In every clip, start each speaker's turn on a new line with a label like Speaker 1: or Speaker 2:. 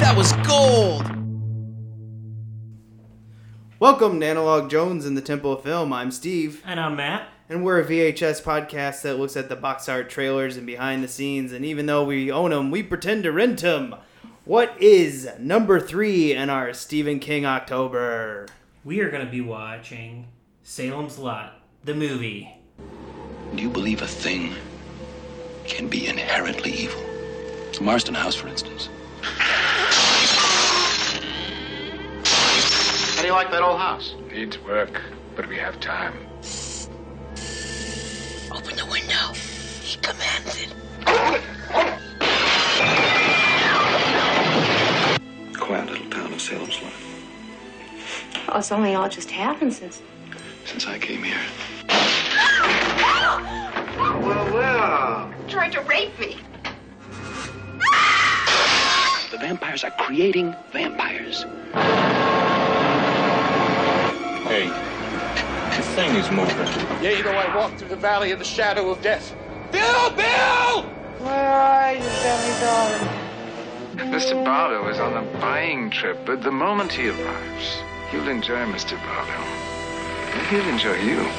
Speaker 1: That was gold.
Speaker 2: Welcome to Analog Jones and the Temple of Film. I'm Steve,
Speaker 3: And I'm Matt.
Speaker 2: and we're a VHS podcast that looks at the box art trailers and behind the scenes. And even though we own them, we pretend to rent them. What is number three in our Stephen King October?
Speaker 3: We are going to be watching Salem's Lot, the movie.
Speaker 4: Do you believe a thing can be inherently evil? Marston House, for instance. How do you like that old house?
Speaker 5: Needs work, but we have time.
Speaker 6: Open the window. He commands it.
Speaker 4: Quiet little town of Salem's Lot.
Speaker 6: Oh, it's only all just happened since.
Speaker 4: Since I came here,
Speaker 6: Tried to rape me.
Speaker 4: the vampires are creating vampires.
Speaker 7: Hey, the thing is moving.
Speaker 8: Yea, though I walk through the valley of the shadow of death.
Speaker 5: Mr. Barlow is on a buying trip, but the moment he arrives, you'll enjoy Mr. Barlow. And he'll enjoy you.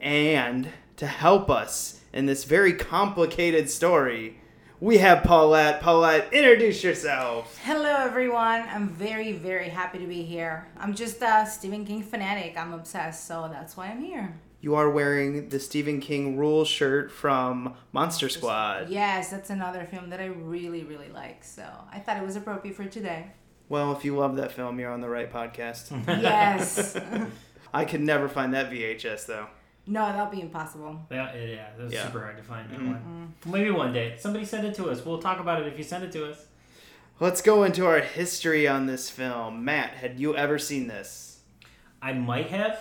Speaker 2: And to help us in this very complicated story, we have Paulette. Paulette, introduce yourself.
Speaker 9: Hello, everyone. I'm very, very happy to be here. I'm just a Stephen King fanatic. I'm obsessed, so that's why I'm here.
Speaker 2: You are wearing the Stephen King rule shirt from Monster Squad.
Speaker 9: Yes, that's another film that I really, really like, so I thought it was appropriate for today.
Speaker 2: Well, if you love that film, you're on the right podcast.
Speaker 9: Yes.
Speaker 2: I could never find that VHS though.
Speaker 9: no, that'll be impossible.
Speaker 3: That, yeah, that was
Speaker 2: Yeah.
Speaker 3: super hard to find that one. Maybe one day. Somebody send it to us. We'll talk about it if you send it to us.
Speaker 2: Let's go into our history on this film. Matt, had you ever seen this?
Speaker 3: I might have.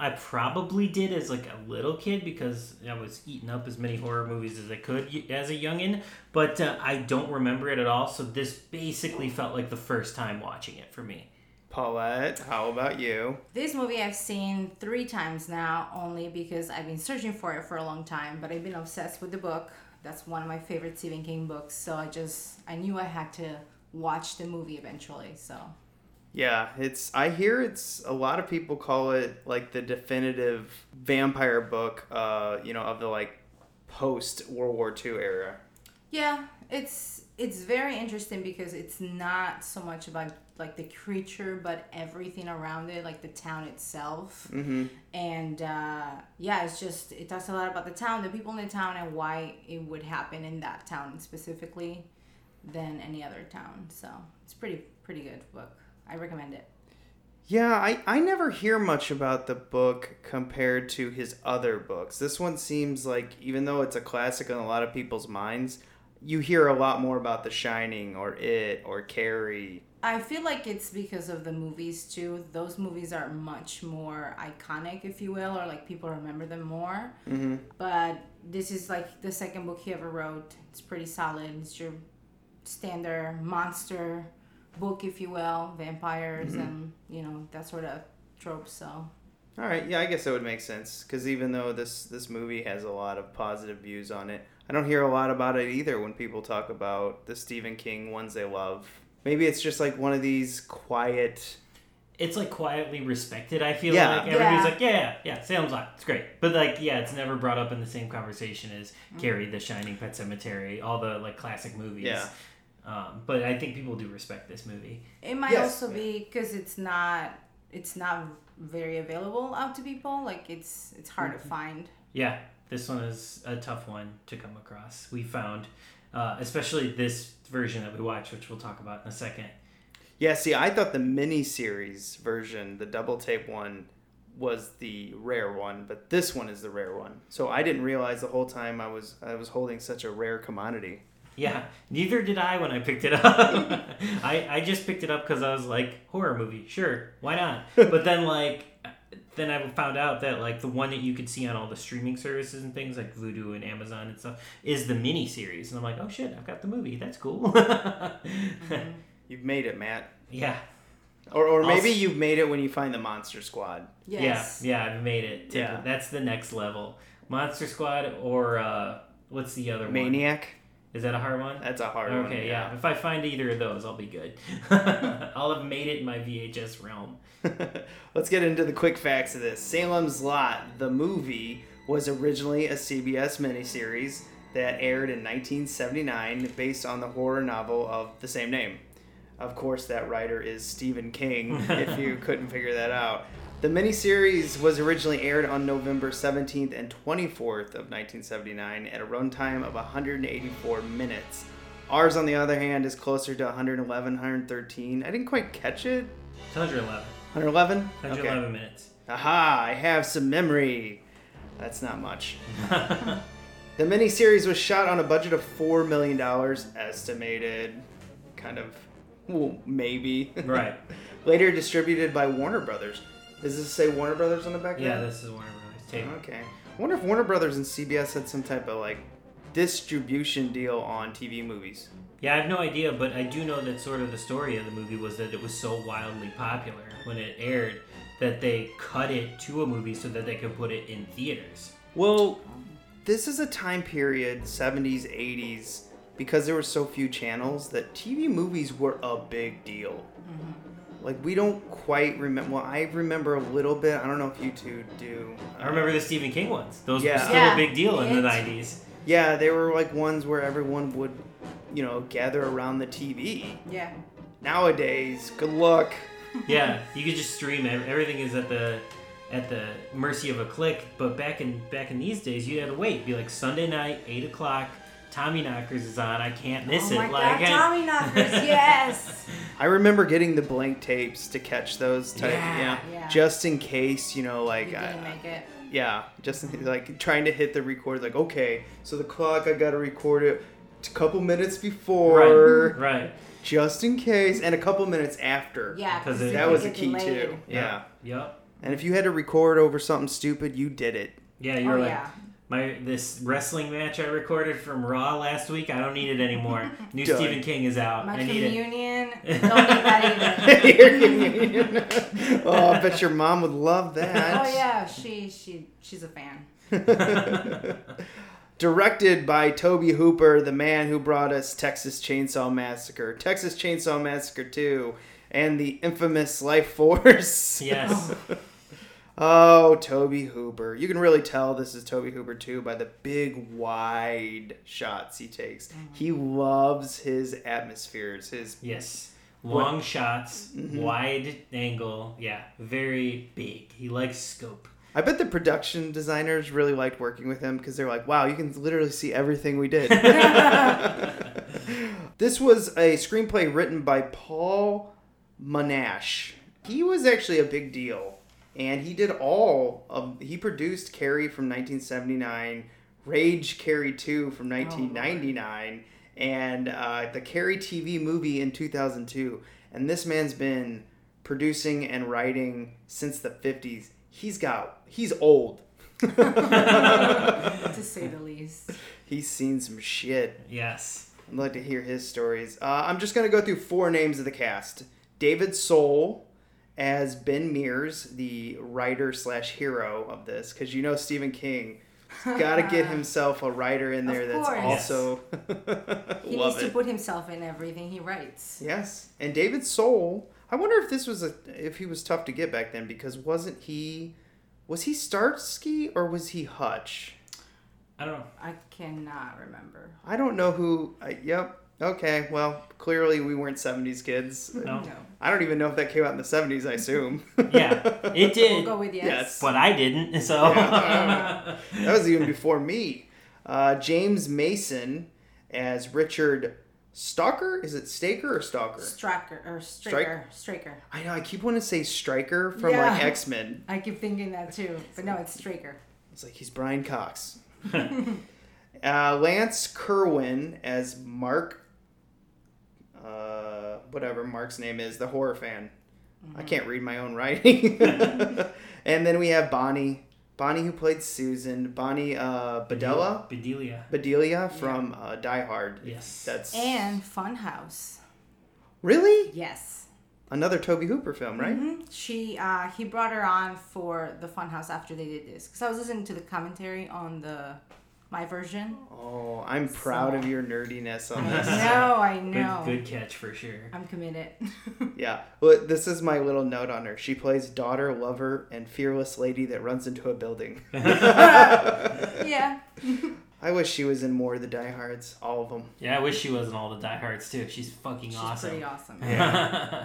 Speaker 3: I probably did as like a little kid because I was eating up as many horror movies as I could y- as a youngin. But uh, I don't remember it at all. So this basically felt like the first time watching it for me.
Speaker 2: Paulette, how about you?
Speaker 9: This movie I've seen three times now, only because I've been searching for it for a long time, but I've been obsessed with the book. That's one of my favorite Stephen King books, so I just, I knew I had to watch the movie eventually, so.
Speaker 2: Yeah, it's I hear it's a lot of people call it like the definitive vampire book uh, you know, of the like post World War II era.
Speaker 9: Yeah, it's it's very interesting because it's not so much about like the creature, but everything around it, like the town itself. Mm-hmm. And uh, yeah, it's just it talks a lot about the town, the people in the town, and why it would happen in that town specifically than any other town. So it's pretty pretty good book. I recommend it.
Speaker 2: Yeah, I, I never hear much about the book compared to his other books. This one seems like, even though it's a classic in a lot of people's minds, you hear a lot more about The Shining or It or Carrie.
Speaker 9: I feel like it's because of the movies too. Those movies are much more iconic, if you will, or like people remember them more. Mm-hmm. But this is like the second book he ever wrote. It's pretty solid. It's your standard monster book, if you will, vampires and you know that sort of trope. So
Speaker 2: All right, yeah, I guess that would make sense because even though this this movie has a lot of positive views on it, I don't hear a lot about it either when people talk about the Stephen King ones they love. Maybe it's just like one of these quiet.
Speaker 3: it's like quietly respected. I feel
Speaker 2: Yeah.
Speaker 3: like everybody's
Speaker 9: Yeah.
Speaker 3: like, yeah, yeah, yeah, Salem's Lot, it's great. But like, yeah, it's never brought up in the same conversation as Carrie, The Shining, Pet Cemetery, all the like classic movies.
Speaker 2: Yeah.
Speaker 3: Um, but I think people do respect this movie.
Speaker 9: it might
Speaker 2: Yes.
Speaker 9: also be because it's not it's not very available out to people. Like it's it's hard to find.
Speaker 3: Yeah, this one is a tough one to come across. We found, uh, especially this version that we watched, which we'll talk about in a second.
Speaker 2: Yeah, see, I thought the miniseries version, the double tape one, was the rare one, but this one is the rare one. So I didn't realize the whole time I was I was holding such a rare commodity.
Speaker 3: Yeah, neither did I when I picked it up. I, I just picked it up because I was like, horror movie, sure, why not? But then, like, then I found out that, like, the one that you could see on all the streaming services and things, like Vudu and Amazon and stuff, is the mini series. And I'm like, oh shit, I've got the movie. That's cool.
Speaker 2: You've made it, Matt.
Speaker 3: yeah,
Speaker 2: Or, or maybe
Speaker 3: I'll s-
Speaker 2: you've made it when you find the Monster Squad.
Speaker 9: Yes.
Speaker 3: Yeah, yeah, I've made it. Tip-
Speaker 2: Yeah.
Speaker 3: That's the next level. Monster Squad or uh, what's the other one?
Speaker 2: Maniac.
Speaker 3: Is that a hard one?
Speaker 2: That's a hard one.
Speaker 3: okay, yeah. If I find either of those, I'll be good. I'll have made it in my VHS realm.
Speaker 2: Let's get into the quick facts of this. Salem's Lot, the movie, was originally a CBS miniseries that aired in 1979 based on the horror novel of the same name. Of course, that writer is Stephen King, if you couldn't figure that out. The miniseries was originally aired on November 17th and 24th of 1979 at a runtime of 184 minutes. Ours, on the other hand, is closer to 111, 113. I didn't quite catch it.
Speaker 3: 111.
Speaker 2: 111?
Speaker 3: 111 minutes.
Speaker 2: Aha, I have some memory. That's not much. the miniseries was shot on a budget of $4 million, estimated. Kind of, well, maybe.
Speaker 3: Right.
Speaker 2: Later distributed by Warner Brothers. Does this say Warner Brothers on the back?
Speaker 3: Yeah,
Speaker 2: end?
Speaker 3: this is Warner Brothers. Tape.
Speaker 2: Okay. I wonder if Warner Brothers and CBS had some type of, like, distribution deal on TV movies.
Speaker 3: Yeah, I have no idea, but I do know that sort of the story of the movie was that it was so wildly popular when it aired that they cut it to a movie so that they could put it in theaters.
Speaker 2: Well, this is a time period, 70s, 80s, because there were so few channels that TV movies were a big deal.
Speaker 3: Mm-hmm.
Speaker 2: Like, we don't quite remember. Well, I remember a little bit. I don't know if you two do.
Speaker 3: I remember the Stephen King ones. Those were
Speaker 2: Yeah.
Speaker 3: still
Speaker 9: Yeah.
Speaker 3: a big deal in the
Speaker 9: It-
Speaker 3: 90s.
Speaker 2: Yeah, they were like ones where everyone would, you know, gather around the TV.
Speaker 9: Yeah.
Speaker 2: Nowadays, good luck.
Speaker 3: yeah, you could just stream it. Everything is at the at the mercy of a click. But back in back in these days, you had to wait. Be like Sunday night, eight o'clock. Tommy Knockers is on. I can't miss
Speaker 9: oh my
Speaker 3: it. Like, I-
Speaker 9: god, Tommy knockers, yes.
Speaker 2: I remember getting the blank tapes to catch those type,
Speaker 3: Yeah.
Speaker 2: yeah,
Speaker 9: Yeah.
Speaker 2: just in case, you know, like
Speaker 9: You
Speaker 2: I-
Speaker 9: didn't make it.
Speaker 2: Yeah, just like trying to hit the record. Like, okay, so the clock, I gotta record it a couple minutes before,
Speaker 3: Right, right.
Speaker 2: just in case, and a couple minutes after.
Speaker 9: Yeah,
Speaker 3: 'Cause
Speaker 9: 'cause
Speaker 3: it-
Speaker 9: you
Speaker 2: that
Speaker 9: could
Speaker 2: was a
Speaker 9: get
Speaker 2: key
Speaker 9: delayed. Oh,
Speaker 2: too. Yeah.
Speaker 3: Yep.
Speaker 2: and if you had to record over something stupid, you did it.
Speaker 3: Yeah, you're
Speaker 9: Oh,
Speaker 3: like
Speaker 9: yeah.
Speaker 3: my this wrestling match I recorded from Raw last week. I don't need it anymore. New
Speaker 2: Done.
Speaker 3: Stephen King is out.
Speaker 9: My
Speaker 3: I need it.
Speaker 9: communion, don't need that either.
Speaker 2: oh, I bet your mom would love that.
Speaker 9: Oh yeah, she she she's a fan.
Speaker 2: Directed by Toby Hooper, the man who brought us Texas Chainsaw Massacre, Texas Chainsaw Massacre 2, and the infamous Life Force.
Speaker 3: Yes.
Speaker 2: Oh, Toby Hooper. You can really tell this is Toby Hooper too by the big wide shots he takes. He loves his atmospheres, his
Speaker 3: Yes. Long shots, wide angle. Yeah. Very big. He likes scope.
Speaker 2: I bet the production designers really liked working with him because they're like, wow, you can literally see everything we did. this was a screenplay written by Paul Monash. He was actually a big deal. And he did all of, he produced Carrie from 1979, Rage Carrie 2 from 1999, and uh, the Carrie TV movie in 2002. And this man's been producing and writing since the 50s. He's got, he's old.
Speaker 9: to say the least.
Speaker 2: He's seen some shit.
Speaker 3: Yes.
Speaker 2: I'd like to hear his stories. Uh, I'm just going to go through four names of the cast David Soul as Ben Mears, the writer slash hero of this, because you know Stephen King. Got to get himself a writer in there that's
Speaker 9: course.
Speaker 2: also.
Speaker 9: He
Speaker 2: Love
Speaker 9: needs to
Speaker 2: it.
Speaker 9: put himself in everything he writes.
Speaker 2: Yes, and David Soul. I wonder if this was a if he was tough to get back then because wasn't he was he Starsky or was he Hutch?
Speaker 3: I don't know.
Speaker 9: I cannot remember.
Speaker 2: I don't know who. I, yep. Okay. Well, clearly we weren't '70s kids.
Speaker 3: No.
Speaker 9: No.
Speaker 2: I don't even know if that came out in the '70s. I assume.
Speaker 3: Yeah, it
Speaker 9: We'll
Speaker 3: did.
Speaker 9: go with yes.
Speaker 2: Yes.
Speaker 3: but I didn't, so.
Speaker 2: that was even before me. Uh, James Mason as Richard Stalker. Is it Staker or Stalker?
Speaker 9: Straker or Straker. Straker.
Speaker 2: I know. I keep wanting to say Striker from like
Speaker 9: Yeah.
Speaker 2: X Men.
Speaker 9: I keep thinking that too. But no, it's Straker.
Speaker 2: It's like he's Brian Cox. Uh, Lance Kerwin as Mark, uh, whatever Mark's name is, the horror fan. I can't read my own writing. and then we have Bonnie, Bonnie who played Susan, Bonnie uh, Bedelia,
Speaker 3: Bedelia.
Speaker 2: Bedelia from uh, Die Hard.
Speaker 3: Yes.
Speaker 2: that's
Speaker 9: And Funhouse.
Speaker 2: really
Speaker 9: Yes.
Speaker 2: another Toby Hooper film, right?
Speaker 9: She uh, he brought her on for the Funhouse after they did this because I was listening to the commentary on the my version.
Speaker 2: Oh, I'm proud of your nerdiness on this.
Speaker 9: No, I
Speaker 3: Good,
Speaker 9: know.
Speaker 3: good catch for sure.
Speaker 9: I'm committed.
Speaker 2: Yeah. Well, this is my little note on her. She plays daughter, lover, and fearless lady that runs into a building.
Speaker 9: yeah.
Speaker 2: I wish she was in more of the diehards, all of them.
Speaker 3: Yeah, I wish she wasn't all the diehards too. She's fucking
Speaker 9: She's
Speaker 3: awesome.
Speaker 9: pretty awesome.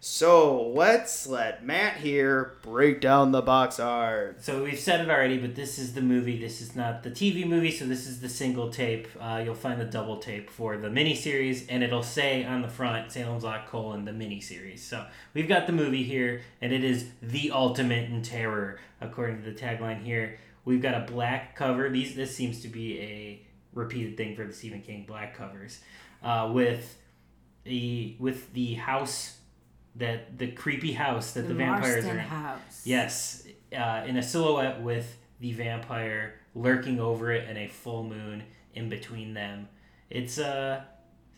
Speaker 2: So let's let Matt here break down the box art.
Speaker 3: So we've said it already, but this is the movie. This is not the TV movie, so this is the single tape. Uh, you'll find the double tape for the miniseries, and it'll say on the front Salem's Lot colon the miniseries. So we've got the movie here, and it is the ultimate in terror, according to the tagline here. We've got a black cover. These this seems to be a repeated thing for the Stephen King black covers, uh, with the with the house that the creepy house that the, vampires
Speaker 9: Marston
Speaker 3: are in.
Speaker 9: House.
Speaker 3: Yes, uh, in a silhouette with the vampire lurking over it and a full moon in between them. It's a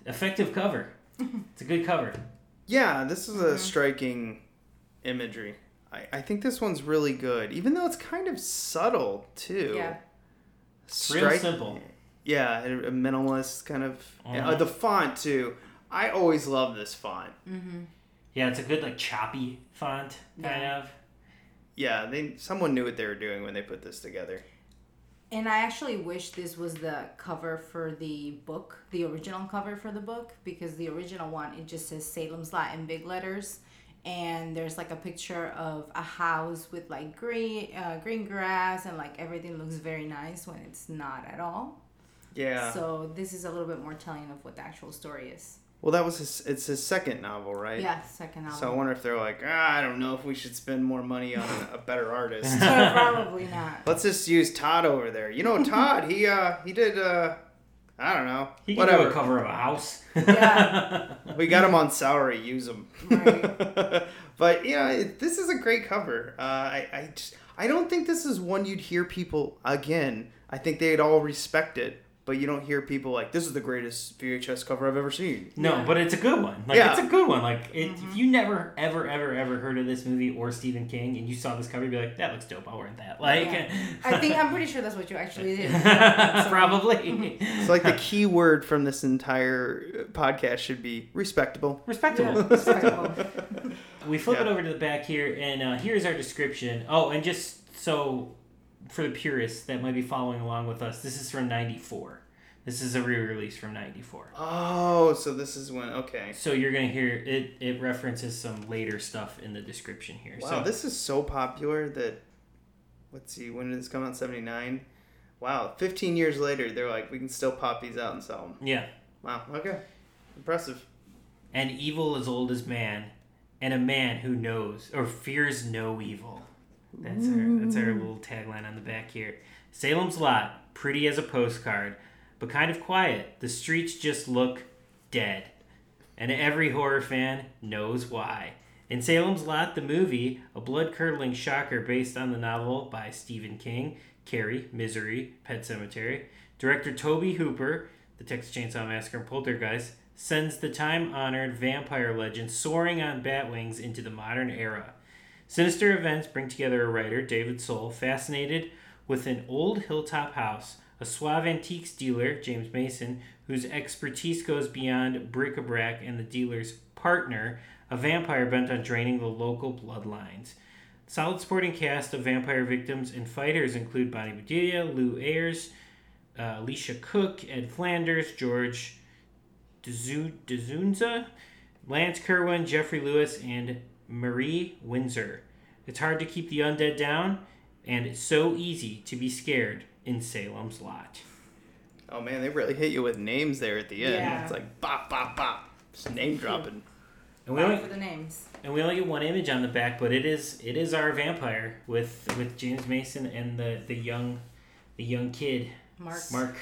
Speaker 3: effective cover. it's a good cover.
Speaker 2: Yeah, this is a striking imagery. I, I think this one's really good, even though it's kind of subtle, too.
Speaker 9: Yeah.
Speaker 3: Real
Speaker 2: Strike-
Speaker 3: simple. Uh-huh.
Speaker 2: Yeah, a a minimalist kind of. Uh, the font, too. I always love this font.
Speaker 3: Yeah, it's a good like choppy font kind of.
Speaker 2: Yeah, they someone knew what they were doing when they put this together.
Speaker 9: And I actually wish this was the cover for the book, the original cover for the book, because the original one it just says Salem's Lot in big letters, and there's like a picture of a house with like green uh, green grass and like everything looks very nice when it's not at all.
Speaker 2: Yeah.
Speaker 9: So this is a little bit more telling of what the actual story is.
Speaker 2: well, that was his. It's his second novel, right?
Speaker 9: Yeah, second album.
Speaker 2: So I wonder if they're like, ah, I don't know if we should spend more money on a better artist.
Speaker 9: probably not.
Speaker 2: Let's just use Todd over there. You know, Todd. He uh, he did uh, I don't know.
Speaker 3: He can do
Speaker 2: Whatever.
Speaker 3: a cover of a house.
Speaker 9: Yeah.
Speaker 2: We got him on salary. Use him.
Speaker 9: Right.
Speaker 2: but yeah, it, this is a great cover. Uh, I I just, I don't think this is one you'd hear people again. I think they'd all respect it, but you don't hear people like this is the greatest VHS cover I've ever seen.
Speaker 3: No, but it's a good one. Like
Speaker 2: Yeah.
Speaker 3: it's a good one. Like it,
Speaker 9: Mm-hmm.
Speaker 3: if you never ever ever ever heard of this movie or Stephen King and you saw this cover, you'd be like, that looks dope. I'll rent that. Like
Speaker 9: Yeah. I think I'm pretty sure that's what you actually did.
Speaker 3: probably
Speaker 2: It's like the key word from this entire uh, podcast should be respectable.
Speaker 3: respectable.
Speaker 9: Respectable.
Speaker 3: We flip it
Speaker 2: Yeah.
Speaker 3: over to the back here, and uh, here's our description. Oh, and just so for the purists that might be following along with us, this is from '94. This is a re-release from '94.
Speaker 2: Oh, so this is when okay.
Speaker 3: So you're gonna hear it. It references some later stuff in the description here.
Speaker 2: Wow,
Speaker 3: so
Speaker 2: this is so popular that let's see, when did this come out? Seventy nine. Wow, fifteen years later, they're like, we can still pop these out and sell them.
Speaker 3: yeah,
Speaker 2: Wow, okay, impressive.
Speaker 3: an evil as old as man, and a man who knows or fears no evil. That's our that's our little tagline on the back here. Salem's Lot, pretty as a postcard, but kind of quiet. The streets just look dead, and every horror fan knows why. In Salem's Lot, the movie, a blood curdling shocker based on the novel by Stephen King, Carrie, Misery, Pet Cemetery, director Toby Hooper, The Texas Chainsaw Massacre and Poltergeist, sends the time honored vampire legend soaring on bat wings into the modern era. Sinister events bring together a writer, David Soul, fascinated with an old hilltop house, a suave antiques dealer, James Mason, whose expertise goes beyond bric-a-brac, and the dealer's partner, a vampire bent on draining the local bloodlines. Solid supporting cast of vampire victims and fighters include Bonnie Bedelia, Lou Ayres, uh, Alicia Cook, Ed Flanders, George D'Zu- D'Zunza, Lance Kerwin, Jeffrey Lewis, and Marie Windsor. It's hard to keep the undead down, and it's so easy to be scared in Salem's Lot.
Speaker 2: Oh man, they really hit you with names there at the end.
Speaker 9: Yeah.
Speaker 2: It's like bop, bop, bop. Just name dropping.
Speaker 3: And we,
Speaker 9: Sorry
Speaker 3: only,
Speaker 9: for the names.
Speaker 3: and we only get one image on the back, but it is it is our vampire with with James Mason and the the young the young kid
Speaker 9: Mark.
Speaker 3: Mark.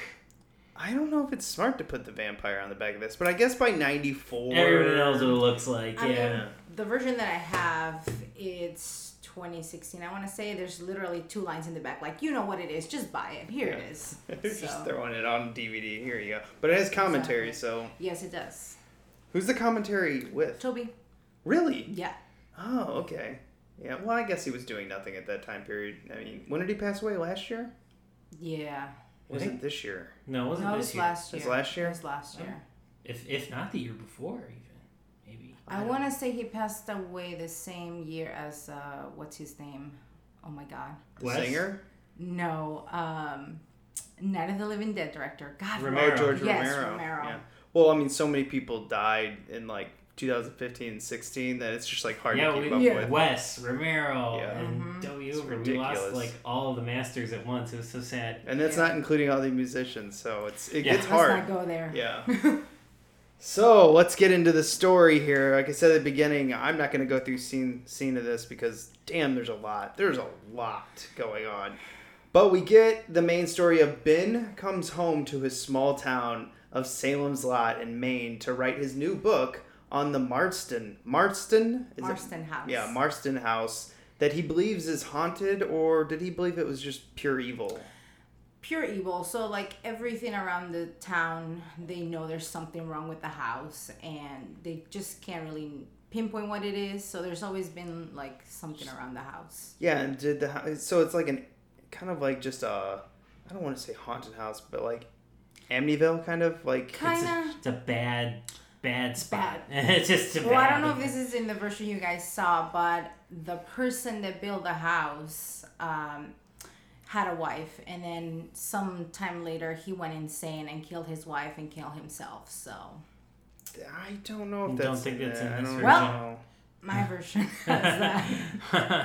Speaker 2: I don't know if it's smart to put the vampire on the back of this, but I guess by '94,
Speaker 3: Everyone knows what it looks like.
Speaker 9: I
Speaker 3: yeah.
Speaker 9: mean, the version that I have, it's 2016. I want to say there's literally two lines in the back, like you know what it is, just buy it. Here it is.
Speaker 2: they're just
Speaker 9: So-
Speaker 2: throwing it on DVD. Here you go. But it has commentary, so
Speaker 9: Yes, it does.
Speaker 2: who's the commentary with?
Speaker 9: Toby.
Speaker 2: Really?
Speaker 9: Yeah.
Speaker 2: Oh, okay. Yeah. Well, I guess he was doing nothing at that time period. I mean, when did he pass away? Last year?
Speaker 9: Yeah.
Speaker 2: Was
Speaker 3: think-
Speaker 2: it this year?
Speaker 3: no, it wasn't
Speaker 9: No, it
Speaker 3: this
Speaker 9: was
Speaker 3: year.
Speaker 9: last
Speaker 2: It
Speaker 9: year. Oh,
Speaker 2: was last year?
Speaker 9: It was last year.
Speaker 3: If if not the year before, even maybe.
Speaker 9: I want to say he passed away the same year as uh, what's his name? Oh my God.
Speaker 2: The
Speaker 3: Wes?
Speaker 2: singer?
Speaker 9: No. Um, Night of the Living Dead director. God.
Speaker 3: Romero.
Speaker 2: Oh, George
Speaker 9: Yes,
Speaker 2: Romero.
Speaker 9: Romero.
Speaker 2: Yeah. Well, I mean, so many people died in like 2015 and 16 that it's just like hard
Speaker 3: Yeah,
Speaker 2: to keep
Speaker 3: we,
Speaker 2: up
Speaker 9: yeah. Mm-hmm.
Speaker 2: with.
Speaker 3: Wes Romero
Speaker 2: Yeah.
Speaker 3: and W.
Speaker 2: It's
Speaker 3: Uber. We lost
Speaker 2: ridiculous.
Speaker 3: like all the masters at once. It was so sad.
Speaker 2: And that's not including all the musicians, so it's it
Speaker 3: Yeah.
Speaker 2: gets
Speaker 9: Let's
Speaker 2: hard.
Speaker 9: not go there.
Speaker 2: Yeah. so let's get into the story here. Like I said at the beginning, I'm not going to go through scene scene of this because damn, there's a lot. There's a lot going on. But we get the main story of Ben comes home to his small town of Salem's Lot in Maine to write his new book on the Marston Marston is it-
Speaker 9: Marston House.
Speaker 2: Yeah, Marston House that he believes is haunted, or did he believe it was just pure evil?
Speaker 9: pure evil. So like everything around the town, they know there's something wrong with the house, and they just can't really pinpoint what it is. So there's always been like something around the house.
Speaker 2: Yeah, and did the house, so it's like an kind of like just a I don't want to say haunted house, but like Amityville kind of like
Speaker 3: It's
Speaker 9: Kind
Speaker 3: a,
Speaker 9: of.
Speaker 3: it's a bad, bad spot. it's just a bad.
Speaker 9: Well, I don't know if this is in the version you guys saw, but the person that built the house um, had a wife, and then sometime later he went insane and killed his wife and killed himself. So
Speaker 2: I don't know if
Speaker 3: Don't
Speaker 2: that's
Speaker 3: think that's in
Speaker 2: I
Speaker 3: this
Speaker 2: don't
Speaker 3: version.
Speaker 2: know.
Speaker 9: my version has that.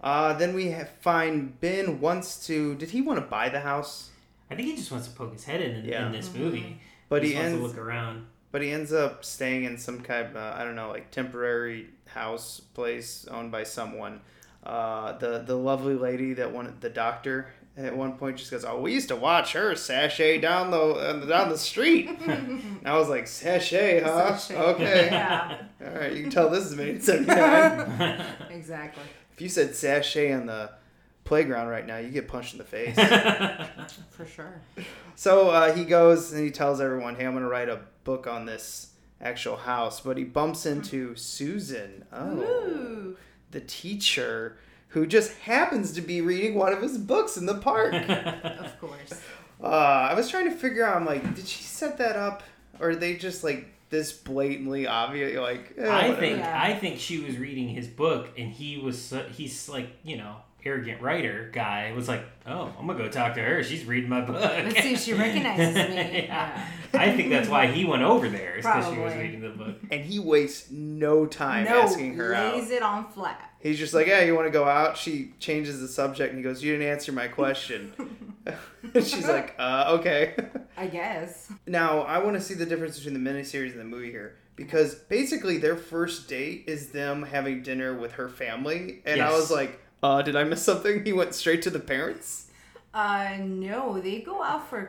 Speaker 2: Uh, then we ha find Ben wants to. Did he want to buy the house?
Speaker 3: I think he just wants to poke his head in in,
Speaker 2: Yeah.
Speaker 3: in this
Speaker 9: Mm-hmm.
Speaker 3: movie.
Speaker 2: But
Speaker 3: just
Speaker 2: he
Speaker 3: wants
Speaker 2: ends.
Speaker 3: to look around.
Speaker 2: But he ends up staying in some kind of uh, I don't know, like temporary house place owned by someone. Uh, the the lovely lady that wanted the doctor at one point just goes, "Oh, we used to watch her sashay down the uh, down the street." and I was like, "Sashay, huh?
Speaker 9: Sashay,
Speaker 2: Uh, Okay,
Speaker 9: yeah.
Speaker 2: all right." You can tell this is made in '79.
Speaker 9: exactly.
Speaker 2: if you said sashay on the playground right now, you get punched in the face.
Speaker 9: For sure.
Speaker 2: So uh, he goes and he tells everyone, "Hey, I'm gonna write a book on this actual house." But he bumps into Susan, oh,
Speaker 9: Ooh.
Speaker 2: the teacher, who just happens to be reading one of his books in the park. uh,
Speaker 9: Of course.
Speaker 2: I was trying to figure out, I'm like, did she set that up, or are they just like this blatantly obvious? Like, eh,
Speaker 3: I
Speaker 2: whatever.
Speaker 3: think
Speaker 9: Yeah.
Speaker 3: I think she was reading his book, and he was so, he's like you know arrogant writer guy was like, oh, I'm gonna go talk to her. She's reading my book.
Speaker 9: Let's see if she recognizes me.
Speaker 3: yeah.
Speaker 9: Yeah.
Speaker 3: I think that's why he went over there because she was
Speaker 9: Probably.
Speaker 3: reading the book.
Speaker 2: and he wastes no time
Speaker 9: no,
Speaker 2: asking her out.
Speaker 9: lays it on flat.
Speaker 2: He's just like, "Yeah, you want to go out?" She changes the subject and he goes, "You didn't answer my question." She's like, "Uh, okay."
Speaker 9: I guess.
Speaker 2: now I want to see the difference between the miniseries and the movie here because basically their first date is them having dinner with her family, and I
Speaker 3: Yes.
Speaker 2: was like, "Uh, did I miss something?" He went straight to the parents.
Speaker 9: Uh, no, they go out for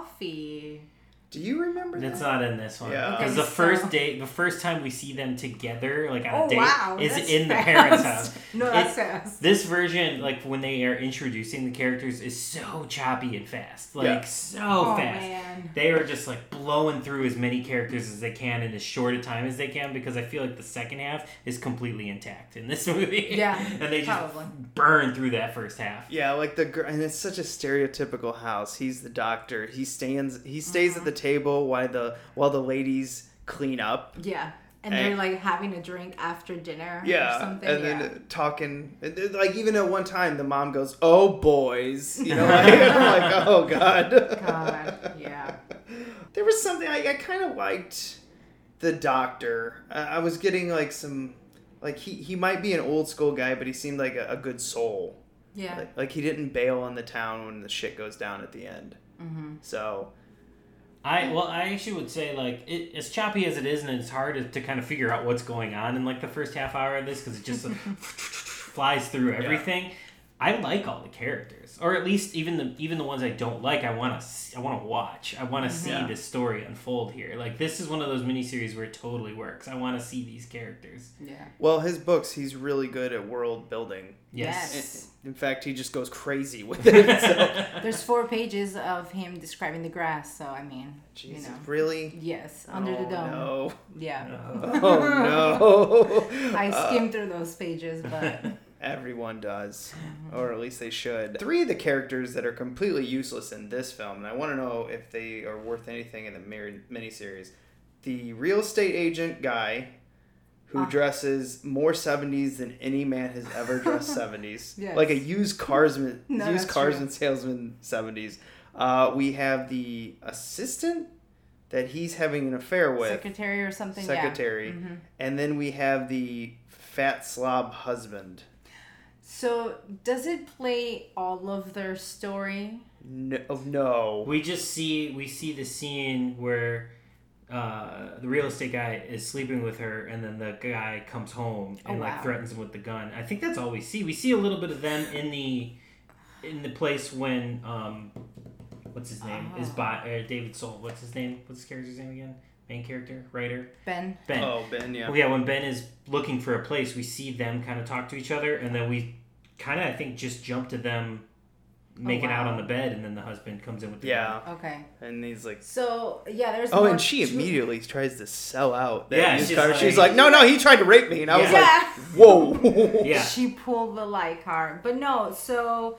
Speaker 9: coffee.
Speaker 2: Do you remember
Speaker 3: That's
Speaker 2: that?
Speaker 3: not in this one.
Speaker 2: Yeah.
Speaker 3: Because the
Speaker 9: Okay, so-
Speaker 3: first date, the first time we see them together, like on
Speaker 9: Oh,
Speaker 3: a date,
Speaker 9: wow,
Speaker 3: is
Speaker 9: that's
Speaker 3: in the parents'
Speaker 9: fast.
Speaker 3: house.
Speaker 9: No,
Speaker 3: It-
Speaker 9: that's fast.
Speaker 3: This version, like when they are introducing the characters, is so choppy and fast. Like
Speaker 2: Yeah.
Speaker 3: so
Speaker 9: Oh,
Speaker 3: fast.
Speaker 9: man.
Speaker 3: They are just like blowing through as many characters as they can in as short a time as they can because I feel like the second half is completely intact in this movie.
Speaker 9: Yeah,
Speaker 3: and they just
Speaker 9: probably.
Speaker 3: burn through that first half.
Speaker 2: Yeah, like the gr- and it's such a stereotypical house. He's the doctor. He stands. He stays at the
Speaker 9: Uh-huh.
Speaker 2: table while the while the ladies clean up.
Speaker 9: Yeah. And
Speaker 2: Hey.
Speaker 9: they're like having a drink after dinner
Speaker 2: yeah,
Speaker 9: or something.
Speaker 2: and
Speaker 9: yeah.
Speaker 2: then talking and then, like even at one time the mom goes, "Oh boys," you know, like, I'm like oh god.
Speaker 9: God, yeah.
Speaker 2: There was something I, I kind of liked the doctor. I, I was getting like some like he he might be an old school guy, but he seemed like a, a good soul.
Speaker 9: Yeah.
Speaker 2: Like, like he didn't bail on the town when the shit goes down at the end. Mm-hmm. So
Speaker 3: I well, I actually would say like it, as choppy as it is, and it's hard to, to kind of figure out what's going on in like the first half hour of this because it just flies through everything. I like all the characters, or at least even the even the ones I don't like. I want to I want to watch. I want to see this story unfold here. Like this is one of those miniseries where it totally works. I want to see these characters.
Speaker 9: Yeah.
Speaker 2: Well, his books, he's really good at world building.
Speaker 3: Yes.
Speaker 9: Yes.
Speaker 2: In fact, he just goes crazy with it. So,
Speaker 9: There's four pages of him describing the grass, so I mean,
Speaker 2: Jesus,
Speaker 9: you know.
Speaker 2: really?
Speaker 9: Yes, under the
Speaker 2: Oh,
Speaker 9: dome.
Speaker 2: No.
Speaker 9: Yeah.
Speaker 2: Oh no.
Speaker 9: I skimmed through those pages, but
Speaker 2: Everyone does, or at least they should. Three of the characters that are completely useless in this film, and I want to know if they are worth anything in the mir- miniseries. The real estate agent guy, who
Speaker 9: Ah.
Speaker 2: dresses more '70s than any man has ever dressed '70s,
Speaker 9: Yes.
Speaker 2: like a used carsman,
Speaker 9: No,
Speaker 2: used
Speaker 9: that's
Speaker 2: carsman salesman '70s. Uh, we have the assistant that he's having an affair with
Speaker 9: secretary or something. Yeah. Mm-hmm.
Speaker 2: secretary. And then we have the fat slob husband.
Speaker 9: So does it play all of their story?
Speaker 2: No, oh, no.
Speaker 3: We just see we see the scene where uh, the real estate guy is sleeping with her, and then the guy comes home and
Speaker 9: Oh,
Speaker 3: like
Speaker 9: wow.
Speaker 3: threatens him with the gun. I think that's all we see. We see a little bit of them in the in the place when um, what's his name
Speaker 9: Oh.
Speaker 3: is by uh, David Soul. What's his name? What's his character's name again? Main character, writer
Speaker 9: Ben.
Speaker 3: Ben.
Speaker 2: Oh, Ben, yeah.
Speaker 3: Well, yeah, when Ben is looking for a place, we see them kind of talk to each other, and then we kind of, I think, just jump to them making out
Speaker 9: Oh, wow.
Speaker 3: on the bed, and then the husband comes in with the gun.
Speaker 2: Yeah.
Speaker 9: Okay.
Speaker 2: And he's like,
Speaker 9: So yeah, there's.
Speaker 2: oh,
Speaker 9: more
Speaker 2: and she
Speaker 9: to-
Speaker 2: immediately tries to sell out. That
Speaker 3: Yeah,
Speaker 2: used
Speaker 3: she's
Speaker 2: car.
Speaker 3: like-
Speaker 2: she's like, no, no, he tried to rape me. And I was
Speaker 3: Yeah.
Speaker 2: like,
Speaker 9: Yeah.
Speaker 2: whoa.
Speaker 3: Yeah.
Speaker 9: She pulled the light card, but no. So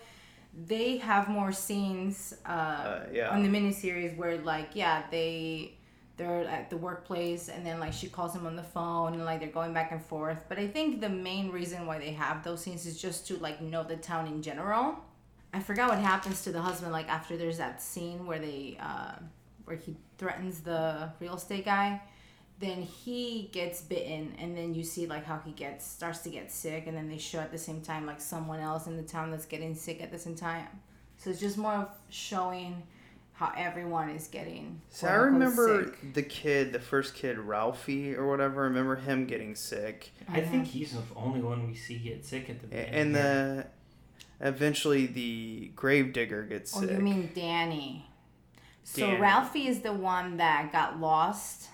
Speaker 9: they have more scenes uh,
Speaker 2: yeah.
Speaker 9: on the miniseries where, like, yeah, they they're at the workplace, and then like she calls him on the phone, and like they're going back and forth. But I think the main reason why they have those scenes is just to like know the town in general. I forgot what happens to the husband like after there's that scene where they uh, where he threatens the real estate guy. Then he gets bitten, and then you see like how he gets starts to get sick, and then they show at the same time like someone else in the town that's getting sick at the same time. So it's just more of showing how everyone is getting.
Speaker 2: So I
Speaker 9: quote, unquote,
Speaker 2: remember
Speaker 9: sick.
Speaker 2: the kid, the first kid, Ralphie or whatever. I remember him getting sick.
Speaker 3: I think he's the only one we see get sick at the beginning.
Speaker 2: And the eventually the gravedigger gets
Speaker 9: Oh,
Speaker 2: sick.
Speaker 9: you mean Danny? So
Speaker 2: Danny.
Speaker 9: Ralphie is the one that got lost,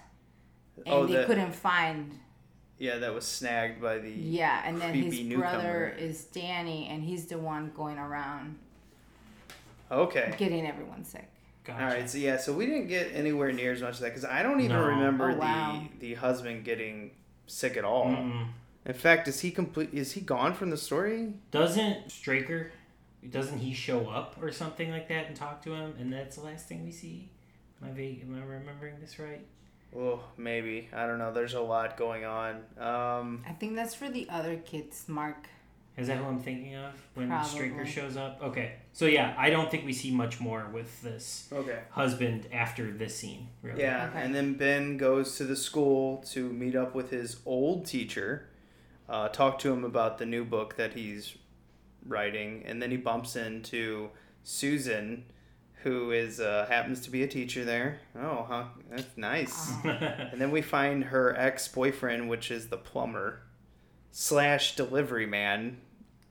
Speaker 9: and
Speaker 2: Oh,
Speaker 9: they
Speaker 2: that-
Speaker 9: couldn't find.
Speaker 2: yeah, that was snagged by the
Speaker 9: Yeah, and then his
Speaker 2: creepy
Speaker 9: brother
Speaker 2: newcomer.
Speaker 9: is Danny, and he's the one going around
Speaker 2: Okay.
Speaker 9: getting everyone sick.
Speaker 3: Gotcha.
Speaker 2: All right, so yeah, so we didn't get anywhere near as much of that because I don't even
Speaker 3: No.
Speaker 2: remember
Speaker 9: Oh, wow.
Speaker 2: the the husband getting sick at all. In fact, is he complete? Is he gone from the story?
Speaker 3: Doesn't Straker, doesn't he show up or something like that and talk to him? And that's the last thing we see? Am I, vague, am I remembering this right?
Speaker 2: Oh, maybe I don't know. There's a lot going on. Um,
Speaker 9: I think that's for the other kids, Mark.
Speaker 3: Is that who I'm thinking of when Straker
Speaker 9: Probably.
Speaker 3: shows up? Okay. So, yeah, I don't think we see much more with this
Speaker 2: okay.
Speaker 3: husband after this scene, really.
Speaker 2: Yeah,
Speaker 9: Okay.
Speaker 2: and then Ben goes to the school to meet up with his old teacher, uh, talk to him about the new book that he's writing, and then he bumps into Susan, who is uh, happens to be a teacher there. Oh, huh, that's nice. and then we find her ex boyfriend, which is the plumber slash delivery man.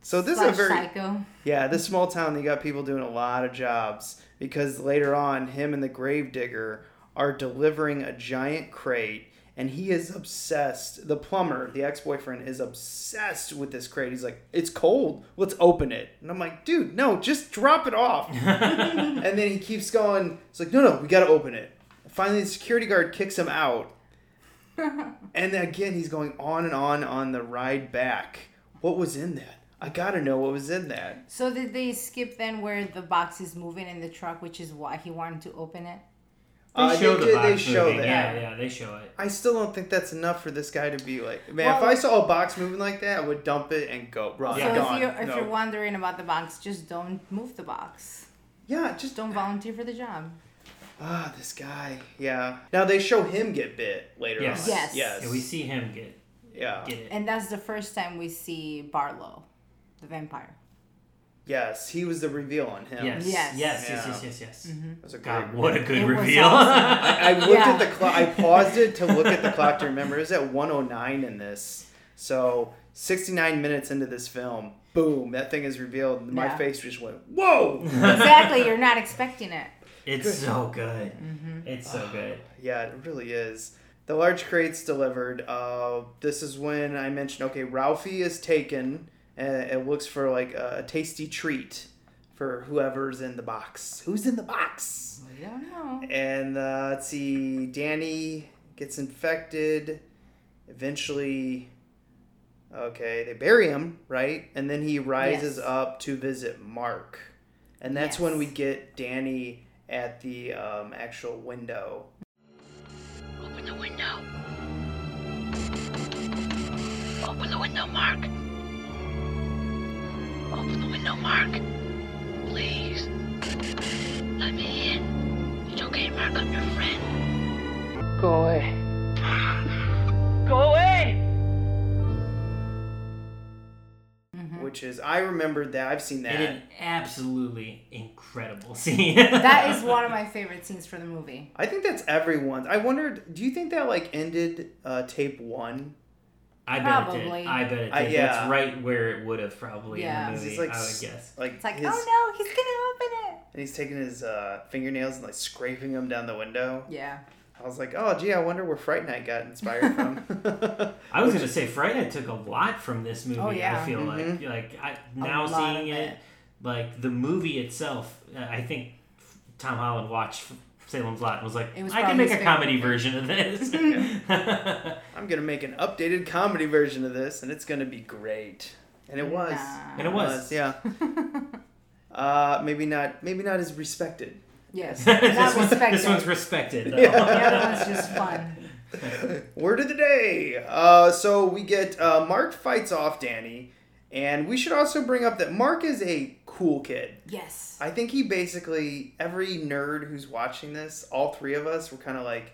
Speaker 2: So this
Speaker 9: Slash
Speaker 2: is a very
Speaker 9: psycho.
Speaker 2: yeah, this small town, they got people doing a lot of jobs because later on, him and the gravedigger are delivering a giant crate, and he is obsessed. The plumber, the ex boyfriend, is obsessed with this crate. He's like, It's cold. Let's open it. And I'm like, Dude, no, just drop it off. and then he keeps going. It's like, No, no, we got to open it. Finally, the security guard kicks him out. And then again, he's going on and on on the ride back. What was in that? I gotta know what was in that.
Speaker 9: So did they skip then where the box is moving in the truck, which is why he wanted to open it?
Speaker 3: They
Speaker 2: Uh,
Speaker 3: show
Speaker 2: they
Speaker 3: the
Speaker 2: did-
Speaker 3: box
Speaker 2: they show
Speaker 3: moving.
Speaker 2: that.
Speaker 3: Yeah, yeah, they show it.
Speaker 2: I still don't think that's enough for this guy to be like, man, if
Speaker 9: Well-
Speaker 2: I saw a box moving like that, I would dump it and go run.
Speaker 3: Yeah.
Speaker 9: so
Speaker 2: Oh, gone.
Speaker 9: if you're if
Speaker 2: No.
Speaker 9: you're wondering about the box, just don't move the box.
Speaker 2: yeah, just
Speaker 9: Don't volunteer for the job.
Speaker 2: ah, this guy. Yeah. Now they show him get bit later
Speaker 3: Yes.
Speaker 2: on.
Speaker 9: Yes.
Speaker 2: Yes.
Speaker 3: Yeah, we see him get
Speaker 2: Yeah.
Speaker 3: get it.
Speaker 9: And that's the first time we see Barlow, the vampire.
Speaker 2: Yes. He was the reveal on him.
Speaker 3: Yes. Yes.
Speaker 9: Yes.
Speaker 3: Yes.
Speaker 2: Yeah.
Speaker 3: Yes. Yes. Yes.
Speaker 2: That was a great.
Speaker 3: God, what a good
Speaker 9: It was
Speaker 3: reveal!
Speaker 9: awesome.
Speaker 2: I looked
Speaker 9: Yeah.
Speaker 2: at the clock. I paused it to look at the clock to remember. It was at 109 in oh this. So 69 minutes into this film, boom, that thing is revealed. And my
Speaker 9: Yeah.
Speaker 2: face just went, whoa!
Speaker 9: exactly. You're not expecting it.
Speaker 3: It's so good.
Speaker 9: Mm-hmm.
Speaker 3: It's so good.
Speaker 2: yeah, it really is. The large crate's delivered. Uh, this is when I mentioned, okay, Ralphie is taken and it looks for like a tasty treat for whoever's in the box. Who's in the box?
Speaker 9: We don't know.
Speaker 2: And uh, let's see, Danny gets infected. Eventually, okay, they bury him, right? And then he rises
Speaker 9: Yes.
Speaker 2: up to visit Mark. And that's when
Speaker 9: Yes.
Speaker 2: we get Danny at the um, actual window.
Speaker 6: Open the window. Open the window, Mark. Open the window, Mark. Please. Let me in. It's okay, Mark. I'm your friend.
Speaker 8: Go away.
Speaker 3: Mm-hmm.
Speaker 9: Mm-hmm.
Speaker 2: Which is, I remembered that. I've seen that.
Speaker 3: And an absolutely incredible scene.
Speaker 9: That is one of my favorite scenes for the movie.
Speaker 2: I think that's everyone's. I wondered, do you think that like ended uh, tape one?
Speaker 3: I bet it did.
Speaker 9: Probably.
Speaker 3: I bet it did.
Speaker 2: I- yeah.
Speaker 3: That's right where it would have probably
Speaker 9: Yeah.
Speaker 3: in the
Speaker 9: This
Speaker 3: movie.
Speaker 2: He's like,
Speaker 3: I would
Speaker 2: s-
Speaker 3: guess.
Speaker 2: like
Speaker 9: It's like,
Speaker 2: his-
Speaker 9: oh no, he's gonna open
Speaker 2: and he's taking his uh, fingernails and like scraping them down the window.
Speaker 9: it. Yeah.
Speaker 2: I was like, oh, gee, I wonder where Fright Night got inspired from.
Speaker 3: I was gonna say Fright Night took a lot from this movie.
Speaker 9: Oh, yeah.
Speaker 3: I feel
Speaker 2: Mm-hmm.
Speaker 3: like like I now
Speaker 9: lot
Speaker 3: seeing
Speaker 9: of
Speaker 3: it,
Speaker 9: it.
Speaker 3: like the movie itself. uh, I think Tom Holland watched Salem's Lot and was like,
Speaker 9: It was
Speaker 3: I can
Speaker 9: probably
Speaker 3: make
Speaker 9: his
Speaker 3: a comedy version of this.
Speaker 2: I'm going to make an updated comedy version of this, and it's going to be great. And it was.
Speaker 9: Nah.
Speaker 3: And it was.
Speaker 2: yeah. uh, maybe not. Maybe not as respected.
Speaker 9: Yes.
Speaker 3: this,
Speaker 9: That
Speaker 3: one's,
Speaker 9: was
Speaker 3: this one's
Speaker 9: one's
Speaker 3: respected. Though.
Speaker 9: The other one's just fun.
Speaker 2: Word of the day. Uh, so we get uh, Mark fights off Danny, and we should also bring up that Mark is a cool kid.
Speaker 9: Yes.
Speaker 2: I think he basically every nerd who's watching this, all three of us, were kind of like,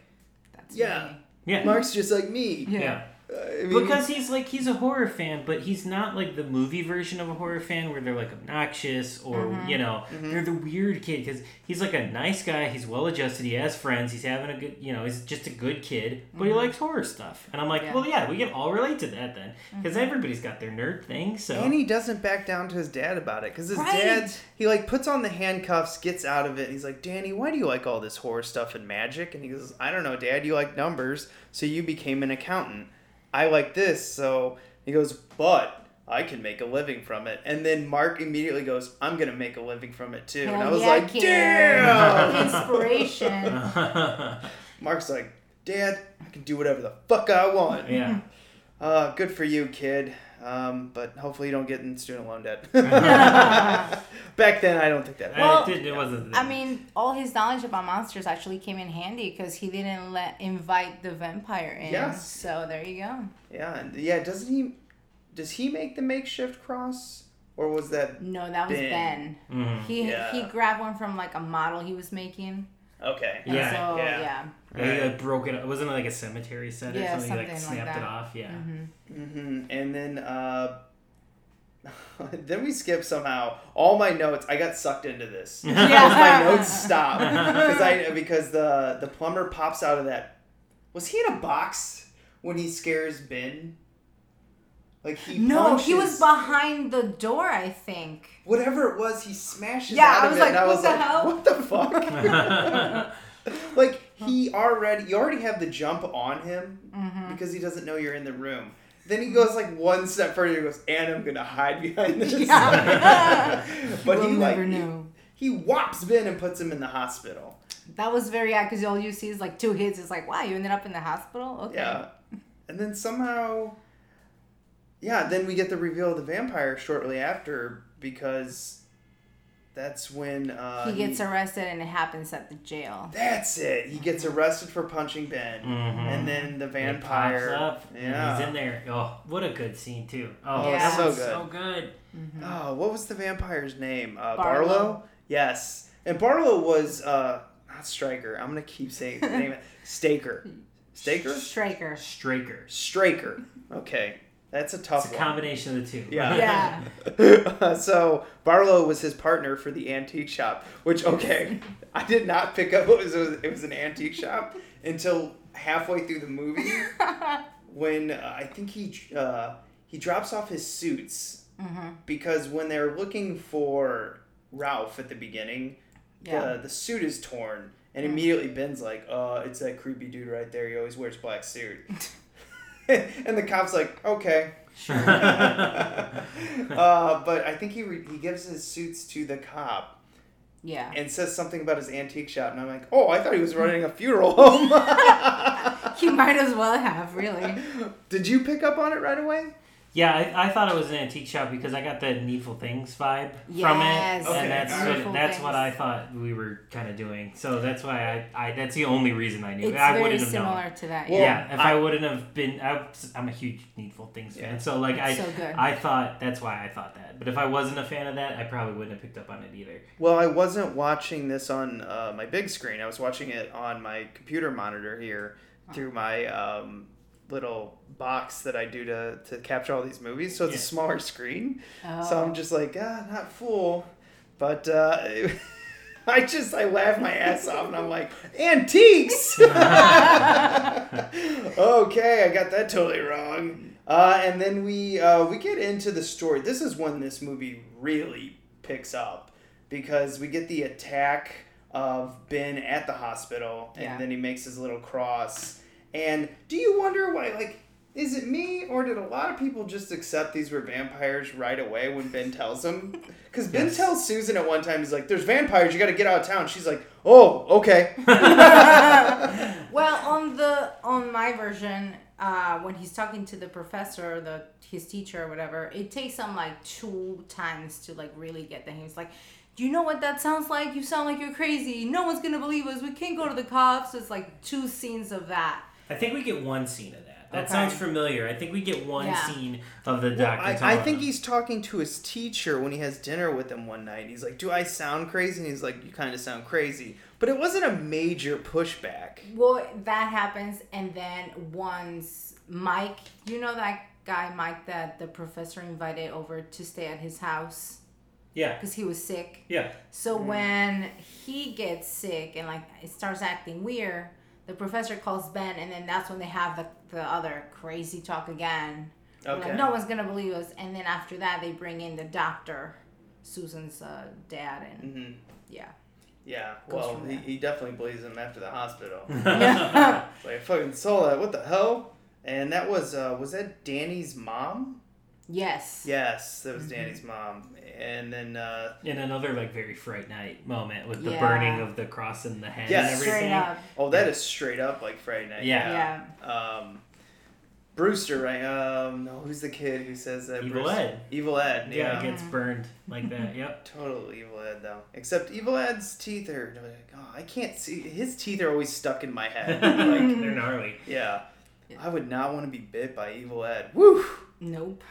Speaker 9: That's
Speaker 2: yeah,
Speaker 9: me.
Speaker 3: Yeah.
Speaker 2: Mark's just like me.
Speaker 3: yeah.
Speaker 2: I mean,
Speaker 3: Because he's like he's a horror fan, but he's not like the movie version of a horror fan where they're like obnoxious or
Speaker 9: Mm-hmm.
Speaker 3: you know
Speaker 2: Mm-hmm.
Speaker 3: they're the weird kid because he's like a nice guy. He's well adjusted. He has friends. He's having a good you know he's just a good kid, but he likes horror stuff. And I'm like,
Speaker 9: Mm-hmm. Yeah. Mm-hmm.
Speaker 3: well, yeah, we can all relate to that then because everybody's got their nerd thing. So
Speaker 2: And he doesn't back down to his dad about it because his
Speaker 9: Right.
Speaker 2: dad, he like puts on the handcuffs, gets out of it, and he's like, Danny, why do you like all this horror stuff and magic? And he goes, I don't know, Dad, you like numbers, so you became an accountant. I like this, so he goes, but I can make a living from it. And then Mark immediately goes, I'm going to make a living from it too. and I
Speaker 9: Hell
Speaker 2: was
Speaker 9: yeah,
Speaker 2: like,
Speaker 9: kid.
Speaker 2: damn!
Speaker 9: Inspiration.
Speaker 2: Mark's like, Dad, I can do whatever the fuck I want.
Speaker 9: Mm-hmm.
Speaker 3: yeah,
Speaker 2: Uh, good for you, kid. Um, but hopefully you don't get in student loan debt. Back then, I don't think that.
Speaker 9: Well,
Speaker 3: it, did, it wasn't.
Speaker 9: I mean, all his knowledge about monsters actually came in handy because he didn't let invite the vampire in.
Speaker 2: Yes.
Speaker 9: So there you go.
Speaker 2: Yeah, and- yeah. Doesn't he? Does he make the makeshift cross, or was that
Speaker 9: No, that was
Speaker 2: Ben.
Speaker 9: Ben. He
Speaker 2: Yeah.
Speaker 9: he grabbed one from like a model he was making.
Speaker 2: okay?
Speaker 9: And
Speaker 3: Yeah,
Speaker 9: So
Speaker 2: yeah.
Speaker 9: yeah.
Speaker 3: Yeah, he like broke it. Up. Wasn't it like a cemetery set or
Speaker 9: Yeah,
Speaker 3: something? He, like
Speaker 9: something like
Speaker 3: snapped it
Speaker 9: that.
Speaker 3: off. Yeah.
Speaker 2: Mm-hmm, And then, uh, then we skip somehow. All my notes. I got sucked into this. my notes stop because I because the the plumber pops out of that. Was he in a box when he scares Ben? Like he
Speaker 9: No, he was
Speaker 2: punches-
Speaker 9: behind the door, I think.
Speaker 2: whatever it was, he smashes
Speaker 9: Yeah,
Speaker 2: out
Speaker 9: I
Speaker 2: of
Speaker 9: was
Speaker 2: it.
Speaker 9: like,
Speaker 2: and I
Speaker 9: what
Speaker 2: was
Speaker 9: the
Speaker 2: like, what
Speaker 9: hell? Mm-hmm.
Speaker 2: the fuck? like he already, you already have the jump on him
Speaker 9: Mm-hmm.
Speaker 2: because he doesn't know you're in the room. Then he goes like one step further and goes, and I'm gonna hide behind this. but
Speaker 9: We'll
Speaker 2: he like
Speaker 9: never know.
Speaker 2: he whops Ben and puts him in the hospital.
Speaker 9: That was very odd because all you see is like two hits. It's like, wow, you ended up in the hospital? Okay.
Speaker 2: Yeah. And then somehow Yeah, then we get the reveal of the vampire shortly after because that's when uh
Speaker 9: He gets arrested and it happens at the jail.
Speaker 2: That's it. He gets arrested for punching Ben, and then the
Speaker 3: Mm-hmm. It
Speaker 2: vampire.
Speaker 3: pops up.
Speaker 2: yeah.
Speaker 3: And he's in there. Oh, what a good scene too. Oh,
Speaker 9: Yeah.
Speaker 3: that
Speaker 9: So
Speaker 3: was
Speaker 2: good.
Speaker 3: so good.
Speaker 2: Oh, what was the vampire's name? Uh, Barlow.
Speaker 9: Barlow.
Speaker 2: Yes, and Barlow was uh, not Striker. I'm gonna keep saying the name. Staker. Staker.
Speaker 9: Straker.
Speaker 3: Straker.
Speaker 2: Straker. Okay, that's a tough
Speaker 3: It's a
Speaker 2: one.
Speaker 3: combination of the two.
Speaker 2: Yeah.
Speaker 9: Yeah.
Speaker 2: so Barlow was his partner for the antique shop, which okay, I did not pick up it was it was an antique shop until halfway through the movie when uh, I think he uh, he drops off his suits
Speaker 9: Mhm.
Speaker 2: because when they're looking for Ralph at the beginning,
Speaker 9: Yeah.
Speaker 2: the, the suit is torn, and immediately Ben's like, "Uh, it's that creepy dude right there. He always wears black suit." and the cop's like, "Okay." uh, but I think he re- he gives his suits to the cop,
Speaker 9: Yeah.
Speaker 2: and says something about his antique shop, and I'm like, oh, I thought he was running a funeral home.
Speaker 9: he might as well have, really.
Speaker 2: Did you pick up on it right away?
Speaker 3: Yeah, I, I thought it was an antique shop because I got the Needful Things vibe from
Speaker 9: Yes,
Speaker 3: it,
Speaker 2: Okay.
Speaker 3: and that's
Speaker 9: Needful
Speaker 3: what, that's what I
Speaker 9: Things.
Speaker 3: thought we were kind of doing. So that's why I, I that's the only reason I knew.
Speaker 9: It's
Speaker 3: I
Speaker 9: very
Speaker 3: wouldn't have known.
Speaker 9: similar to that.
Speaker 2: Well,
Speaker 9: Yeah.
Speaker 3: yeah, if I, wouldn't have been, I, am a huge Needful Things fan,
Speaker 2: Yeah.
Speaker 3: so like I,
Speaker 9: So good.
Speaker 3: I thought that's why I thought that. But if I wasn't a fan of that, I probably wouldn't have picked up on it either.
Speaker 2: Well, I wasn't watching this on uh, my big screen. I was watching it on my computer monitor here through my um, little box that I do to, to capture all these movies. So it's a
Speaker 3: Yeah.
Speaker 2: smaller screen. So
Speaker 9: Oh.
Speaker 2: I'm just like, ah, not fool. But uh, I just, I laugh my ass off and I'm like, antiques! okay, I got that totally wrong. Uh, and then we uh, we get into the story. This is when this movie really picks up because we get the attack of Ben at the hospital, and
Speaker 9: Yeah.
Speaker 2: then he makes his little cross. And do you wonder why? Like, is it me or did a lot of people just accept these were vampires right away when Ben tells them? Because Ben
Speaker 3: Yes.
Speaker 2: tells Susan at one time, he's like, "There's vampires. You got to get out of town." She's like, "Oh, okay."
Speaker 9: Well, on the on my version, uh, when he's talking to the professor, or the his teacher or whatever, it takes him like two times to like really get that. He's like, "Do you know what that sounds like? You sound like you're crazy. No one's gonna believe us. We can't go to the cops." It's like two scenes of that.
Speaker 3: I think we get one scene of that. That
Speaker 9: Okay.
Speaker 3: sounds familiar. I think we get one
Speaker 9: Yeah.
Speaker 3: scene of the doctor.
Speaker 2: I, I
Speaker 3: telling
Speaker 2: think
Speaker 3: him.
Speaker 2: he's talking to his teacher when he has dinner with him one night. He's like, "Do I sound crazy?" And he's like, "You kind of sound crazy." But it wasn't a major pushback.
Speaker 9: Well, that happens, and then once Mike, you know that guy Mike that the professor invited over to stay at his house
Speaker 3: yeah,
Speaker 9: because he was sick.
Speaker 3: yeah.
Speaker 9: So when he gets sick and like it starts acting weird, the professor calls Ben, and then that's when they have the, the other crazy talk again. They're
Speaker 2: Okay.
Speaker 9: Like, no one's gonna believe us, and then after that they bring in the doctor, Susan's uh, dad, and
Speaker 2: Mhm.
Speaker 3: Mm-hmm.
Speaker 9: yeah.
Speaker 2: Yeah.
Speaker 9: Goes
Speaker 2: Well,
Speaker 9: from
Speaker 2: he,
Speaker 9: there.
Speaker 2: he definitely believes him after the hospital.
Speaker 9: yeah.
Speaker 2: like I fucking saw that. What the hell? And that was uh, was that Danny's mom?
Speaker 9: Yes.
Speaker 2: Yes, that was Danny's mom. And then uh,
Speaker 3: In another like very Fright Night moment with the
Speaker 9: Yeah.
Speaker 3: burning of the cross in the head
Speaker 2: Yes.
Speaker 3: and everything.
Speaker 9: Straight up.
Speaker 2: oh, that is straight up like Friday Night.
Speaker 3: Yeah.
Speaker 9: yeah.
Speaker 2: Um, Brewster, right? Um, no, who's the kid who says that?
Speaker 3: Evil
Speaker 2: Brewster-
Speaker 3: Ed.
Speaker 2: Evil Ed.
Speaker 3: Yeah,
Speaker 2: Yeah.
Speaker 3: it gets burned like that. Yep.
Speaker 2: Total evil Ed though. Except evil Ed's teeth are like, oh, I can't see. His teeth are always stuck in my head. like,
Speaker 3: They're gnarly.
Speaker 2: yeah, I would not want to be bit by evil Ed. Woo.
Speaker 9: Nope.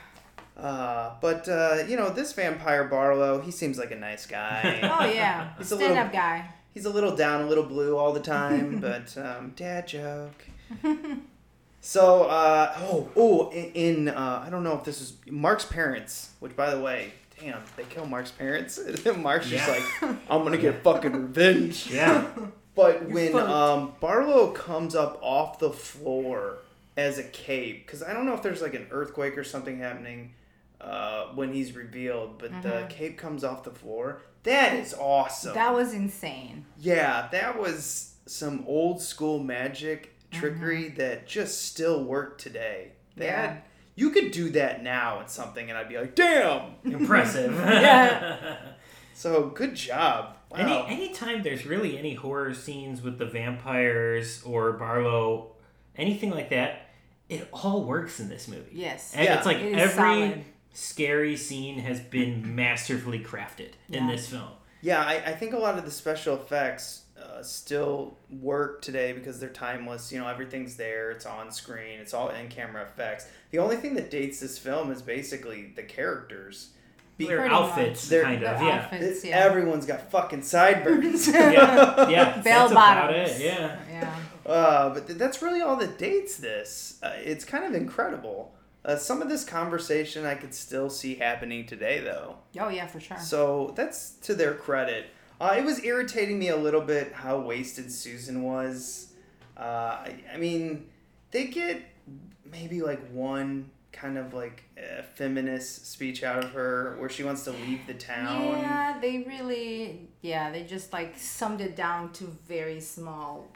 Speaker 2: Uh, but uh, you know this vampire Barlow, he seems like a nice guy.
Speaker 9: Oh yeah.
Speaker 2: It's a little-
Speaker 9: Stand up guy.
Speaker 2: He's a little down, a little blue all the time, but um, dad joke. So, uh, oh, oh, in, in uh, I don't know if this is Mark's parents, which by the way, damn, they kill Mark's parents. And then Mark's just
Speaker 3: Yeah.
Speaker 2: like, I'm gonna get fucking revenge.
Speaker 3: Yeah.
Speaker 2: But when
Speaker 9: fucked.
Speaker 2: um, Barlow comes up off the floor as a cave, because I don't know if there's like an earthquake or something happening uh, when he's revealed, but the
Speaker 3: Mm-hmm.
Speaker 2: cape comes off the floor. That is awesome.
Speaker 9: That was insane.
Speaker 2: yeah, that was some old school magic trickery
Speaker 3: Mm-hmm.
Speaker 2: that just still worked today. That
Speaker 9: Yeah.
Speaker 2: you could do that now at something, and I'd be like, damn.
Speaker 3: Impressive.
Speaker 2: So good job. Wow.
Speaker 3: Any anytime there's really any horror scenes with the vampires or Barlow, anything like that, it all works in this movie.
Speaker 9: Yes.
Speaker 3: And
Speaker 2: Yeah.
Speaker 3: it's like
Speaker 9: It is
Speaker 3: every
Speaker 9: solid.
Speaker 3: scary scene has been masterfully crafted in
Speaker 9: Yeah.
Speaker 3: this film.
Speaker 2: Yeah, I, I think a lot of the special effects uh, still work today because they're timeless. You know, everything's there, it's on screen, it's all in camera effects. The only thing that dates this film is basically the characters. Be-
Speaker 3: Their
Speaker 9: Pretty
Speaker 3: outfits,
Speaker 2: much. Their-
Speaker 3: kind
Speaker 9: The
Speaker 3: of. Yeah.
Speaker 9: outfits, yeah.
Speaker 2: Everyone's got fucking sideburns.
Speaker 3: yeah. Yeah.
Speaker 9: Bell
Speaker 3: That's about
Speaker 9: bottoms.
Speaker 3: it. Yeah.
Speaker 9: Yeah.
Speaker 2: Uh, but th- that's really all that dates this. Uh, it's kind of incredible. Uh, some of this conversation I could still see happening today, though.
Speaker 9: Oh yeah, for sure.
Speaker 2: So that's to their credit. Uh, it was irritating me a little bit how wasted Susan was. Uh, I, I mean, they get maybe like one kind of like uh, feminist speech out of her where she wants to leave the town.
Speaker 9: Yeah, they really, yeah, they just like summed it down to very small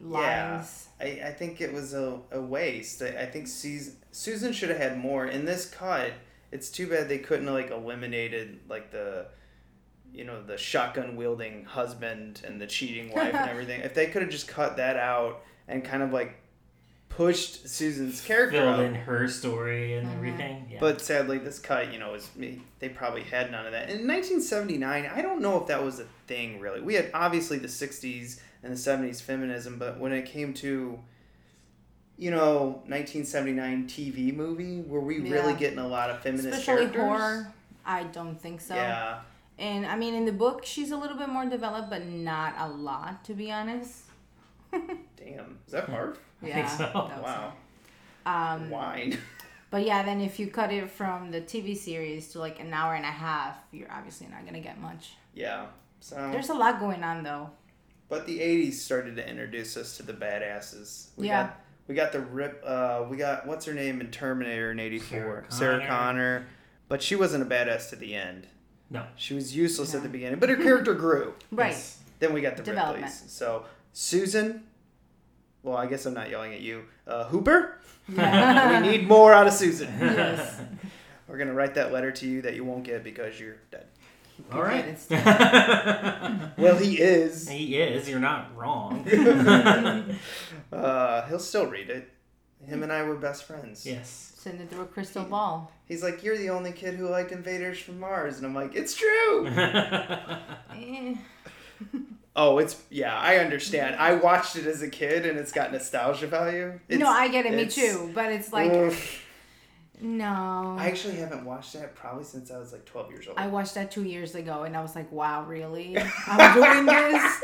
Speaker 9: lines.
Speaker 2: Yeah, I, I think it was a, a waste. I, I think Susan, Susan should have had more. In this cut, it's too bad they couldn't have, like eliminated like the, you know, the shotgun wielding husband and the cheating wife and everything. If they could have just cut that out and kind of like pushed Susan's character
Speaker 3: Filled
Speaker 2: out.
Speaker 3: in her story
Speaker 9: Mm-hmm.
Speaker 3: and everything. Yeah.
Speaker 2: But sadly, this cut, you know, is they probably had none of that. In 1979, I don't know if that was a thing really. We had obviously the 60s and the 70s feminism, but when it came to, you know, 1979 TV movie, were we really
Speaker 9: Yeah.
Speaker 2: getting a lot of feminist
Speaker 9: Especially
Speaker 2: characters?
Speaker 9: horror, I don't think so.
Speaker 2: Yeah,
Speaker 9: And I mean, in the book, she's a little bit more developed, but not a lot, to be honest.
Speaker 2: damn, is that hard?
Speaker 9: Yeah.
Speaker 3: think so.
Speaker 9: that was-
Speaker 2: Wow,
Speaker 9: Um,
Speaker 2: wine.
Speaker 9: But yeah, then if you cut it from the TV series to like an hour and a half, you're obviously not gonna get much.
Speaker 2: yeah. So,
Speaker 9: There's a lot going on though.
Speaker 2: but the 80s started to introduce us to the badasses. We
Speaker 9: Yeah.
Speaker 2: Got, we got the rip. Uh, we got what's her name in Terminator in '84, Sarah,
Speaker 3: Connor.
Speaker 2: Connor, but she wasn't a badass to the end.
Speaker 3: no.
Speaker 2: She was useless at the beginning, but her character grew.
Speaker 9: Right.
Speaker 3: Yes.
Speaker 2: Then we got the
Speaker 9: Development.
Speaker 2: Ripleys. So Susan, well, I guess I'm not yelling at you. Uh, Hooper, we need more out of Susan.
Speaker 9: Yes.
Speaker 2: We're gonna write that letter to you that you won't get because you're dead.
Speaker 3: All right.
Speaker 9: It's-
Speaker 2: Well, he is.
Speaker 3: He is. You're not wrong.
Speaker 2: Uh, he'll still read it. Him and I were best friends.
Speaker 3: yes.
Speaker 9: Send it through a crystal ball.
Speaker 2: He's like, you're the only kid who liked Invaders from Mars, and I'm like, it's true.
Speaker 9: Eh.
Speaker 2: Oh, it's yeah, I understand. I watched it as a kid and it's got nostalgia value. It's,
Speaker 9: no, I get it. Me
Speaker 2: it's-
Speaker 9: too. But it's like,
Speaker 2: Oof.
Speaker 9: no.
Speaker 2: I
Speaker 9: I,
Speaker 2: actually haven't watched that probably since I was like 12 years old.
Speaker 9: watched that two years ago, and I was like, wow, really? I'm doing this.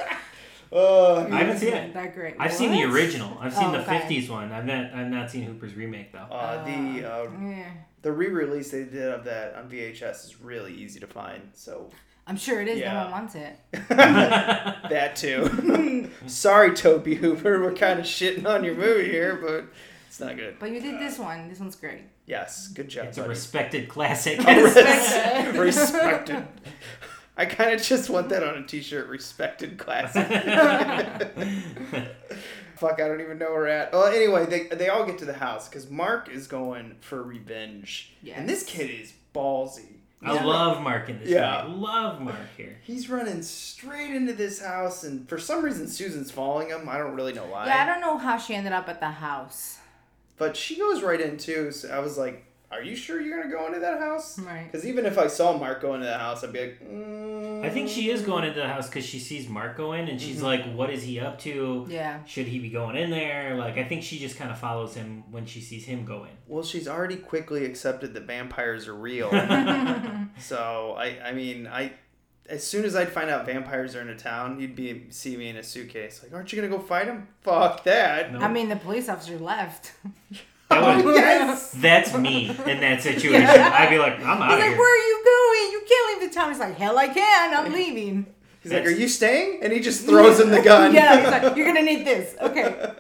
Speaker 2: Oh, I
Speaker 3: I haven't seen
Speaker 9: Isn't
Speaker 3: it.
Speaker 9: that great?
Speaker 3: I've seen the
Speaker 9: What?
Speaker 3: original. I've seen
Speaker 9: Oh,
Speaker 3: the
Speaker 9: okay. Oh,
Speaker 3: 50s one. I've not, I've not seen Hooper's remake, though.
Speaker 2: uh, the uh,
Speaker 9: Yeah.
Speaker 2: the re-release they did of that on VHS is really easy to find. So
Speaker 9: I'm sure it is.
Speaker 2: Yeah.
Speaker 9: No one wants it.
Speaker 2: that too. Sorry, Toby Hooper, we're kind of shitting on your movie here, but it's not good.
Speaker 9: But you did this one. This one's great.
Speaker 2: Yes, good job.
Speaker 3: it's a
Speaker 2: buddy.
Speaker 3: respected classic.
Speaker 2: Respected. respected. I kind of just want that on a t-shirt. Respected classic. Fuck, I don't even know where we're at. Well, anyway, they, they all get to the house because Mark is going for revenge. And this
Speaker 9: Yes.
Speaker 2: kid is ballsy.
Speaker 3: I love Mark in this
Speaker 2: Yeah.
Speaker 3: movie. Love Mark here.
Speaker 2: He's running straight into this house, and for some reason, Susan's following him. I don't really know why.
Speaker 9: Yeah, I don't know how she ended up at the house.
Speaker 2: But she goes right in too. So I was like, "Are you sure you're gonna go into that house?"
Speaker 9: Right.
Speaker 2: Because even if I saw Mark go into that house, I'd be like, mm,
Speaker 3: I think she is going into the house because she sees Mark go in and she's like, what is he up to?
Speaker 9: Mm-hmm. Yeah.
Speaker 3: Should he be going in there? Like, I think she just kind of follows him when she sees him go in.
Speaker 2: Well, she's already quickly accepted that vampires are real. so I, I mean, I, as soon as I'd find out vampires are in a town, you'd be see me in a suitcase. Like, aren't you gonna go fight them? Fuck that.
Speaker 3: No.
Speaker 9: I mean, the police officer left.
Speaker 3: That would-
Speaker 2: yes.
Speaker 3: that's me in that situation. I'd be like, I'm out of
Speaker 9: He's like,
Speaker 3: here.
Speaker 9: where are you going? You can't leave the town. He's like, hell, I can. I'm leaving.
Speaker 2: He's like, are you staying? And he just throws him the gun.
Speaker 9: yeah, he's like, you're going to need this. Okay.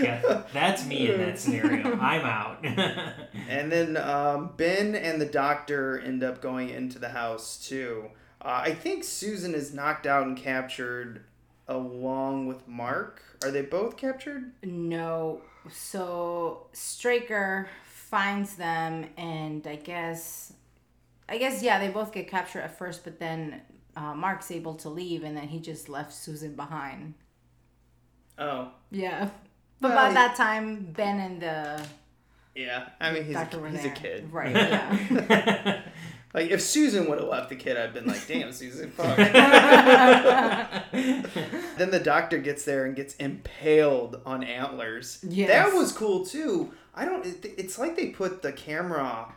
Speaker 3: Yeah, that's me in that scenario. I'm out.
Speaker 2: And then um, Ben and the doctor end up going into the house too. Uh, I think Susan is knocked out and captured along with Mark. Are they both captured?
Speaker 9: No. So Straker finds them, and I guess, I guess, yeah, they both get captured at first, but then uh, Mark's able to leave, and then he just left Susan behind.
Speaker 2: Oh,
Speaker 9: Yeah. But
Speaker 2: Well,
Speaker 9: by that time, Ben and the
Speaker 2: yeah. I mean, he's,
Speaker 9: doctor were
Speaker 2: he's a
Speaker 9: there.
Speaker 2: kid.
Speaker 9: Right, yeah.
Speaker 2: Like if Susan would have left the kid, I'd been like, "Damn, Susan, fuck." then the doctor gets there and gets impaled on antlers.
Speaker 9: Yes.
Speaker 2: that was cool too. I don't. It, it's like they put the camera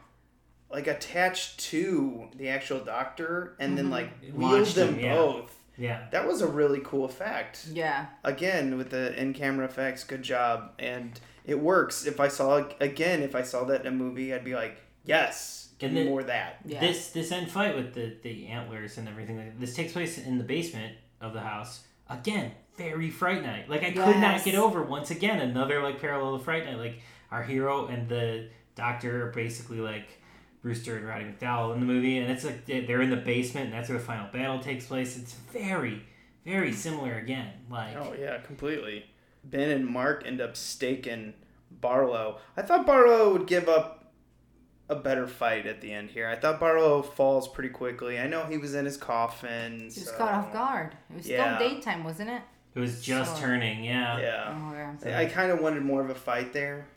Speaker 2: like attached to the actual doctor and then like wheeled
Speaker 3: Mm-hmm. Launched
Speaker 2: them
Speaker 3: him, yeah.
Speaker 2: both.
Speaker 3: yeah.
Speaker 2: That was a really cool effect.
Speaker 9: yeah.
Speaker 2: Again, with the in-camera effects, good job, and it works. If I saw again, if I saw that in a movie, I'd be like, "Yes, give
Speaker 3: And
Speaker 2: me
Speaker 3: then-
Speaker 2: more of that."
Speaker 9: Yeah.
Speaker 3: This this end fight with the, the antlers and everything like this takes place in the basement of the house. Again, very Fright Night. Like I could not
Speaker 9: Yes.
Speaker 3: get over once again another like parallel to Fright Night. Like our hero and the doctor are basically like Brewster and Roddy McDowell in the movie, and it's like they- they're in the basement, and that's where the final battle takes place. It's very, very similar again. Like,
Speaker 2: Oh yeah, completely. Ben and Mark end up staking Barlow. I thought Barlow would give up a better fight at the end here. I thought Barlow falls pretty quickly. I know he was in his coffin.
Speaker 9: He was
Speaker 2: so-
Speaker 9: caught off guard. It was
Speaker 2: Yeah.
Speaker 9: still daytime, wasn't it?
Speaker 3: it was just
Speaker 9: So-
Speaker 3: turning, yeah.
Speaker 2: Yeah.
Speaker 9: Oh, yeah.
Speaker 2: I- I kind of wanted more of a fight there,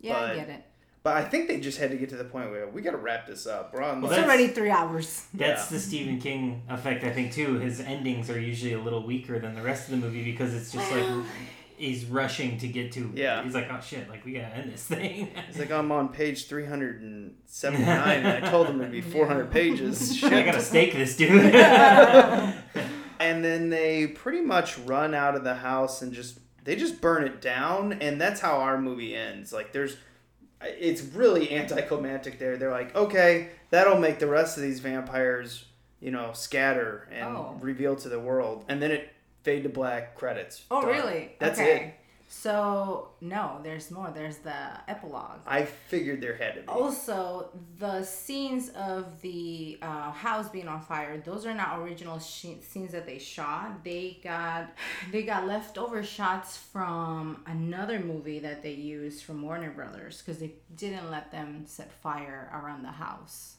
Speaker 9: Yeah, I
Speaker 2: but-
Speaker 9: get it.
Speaker 2: but I think they just had to get to the point where we got to wrap this up. We're on.
Speaker 3: Well,
Speaker 9: It's
Speaker 2: like-
Speaker 3: that's-
Speaker 9: already three hours.
Speaker 3: That's the Stephen King effect, I think, too. His endings are usually a little weaker than the rest of the movie because it's just like he's rushing to get to.
Speaker 2: Yeah.
Speaker 3: He's like, oh shit, like we gotta end this thing.
Speaker 2: It's like I'm on page 379, and I told them it'd be 400 pages.
Speaker 3: I
Speaker 2: Shit.
Speaker 3: gotta stake this dude. yeah.
Speaker 2: And then they pretty much run out of the house and just they just burn it down, and that's how our movie ends. Like there's, it's really anticlimactic. There, they're like, okay, that'll make the rest of these vampires, you know, scatter and
Speaker 9: Oh.
Speaker 2: reveal to the world, and then it fade to black credits.
Speaker 9: Oh,
Speaker 2: Done.
Speaker 9: really?
Speaker 2: That's it.
Speaker 9: okay. So, no, there's more. There's the epilogue.
Speaker 2: I figured there had to be.
Speaker 9: Oh. Also, the scenes of the uh, house being on fire; those are not original sh- scenes that they shot. They got they got leftover shots from another movie that they used from Warner Brothers because they didn't let them set fire around the house.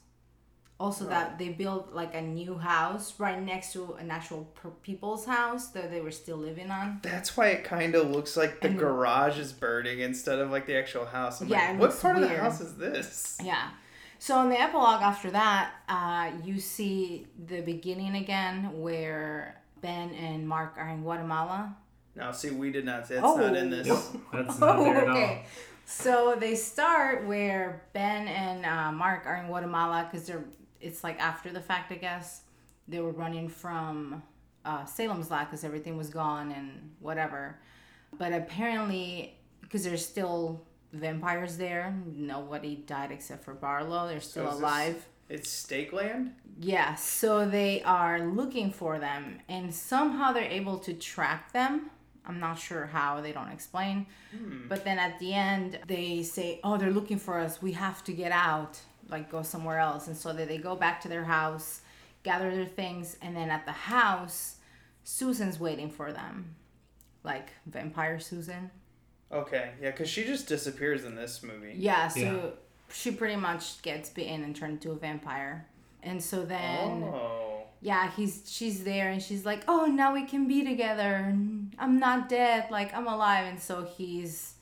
Speaker 9: Also, that they built like a new house right next to an actual per- people's house that they were still living on.
Speaker 2: That's why it kind of looks like the garage is burning instead of like the actual house. I'm
Speaker 9: Mm-hmm. Yeah,
Speaker 2: like,
Speaker 9: it
Speaker 2: what
Speaker 9: looks
Speaker 2: part of the
Speaker 9: weird.
Speaker 2: house is this?
Speaker 9: Yeah. So in the epilogue after that, uh, you see the beginning again where Ben and Mark are in Guatemala.
Speaker 2: Now, see, we did not. It's
Speaker 9: Oh.
Speaker 2: not in this.
Speaker 3: That's not there at all.
Speaker 9: So they start where Ben and uh, Mark are in Guatemala because they're it's like after the fact, I guess. They were running from uh, Salem's lot because everything was gone and whatever. But apparently, because there's still vampires there, nobody died except for Barlow. They're still
Speaker 2: is this-
Speaker 9: alive.
Speaker 2: It's Stake Land.
Speaker 9: Yeah, so they are looking for them, and somehow they're able to track them. I'm not sure how, they don't explain. But then at the end, they say, Oh, they're looking for us. We have to get out, like go somewhere else. And so they, they go back to their house, gather their things, and then at the house, Susan's waiting for them. Like vampire Susan.
Speaker 2: Okay, yeah, because she just disappears in this movie.
Speaker 9: Yeah, so
Speaker 3: Yeah.
Speaker 9: she pretty much gets bitten and turned into a vampire. And so then.
Speaker 2: Oh,
Speaker 9: yeah he's she's there and she's like oh now we can be together i'm not dead like i'm alive and so he's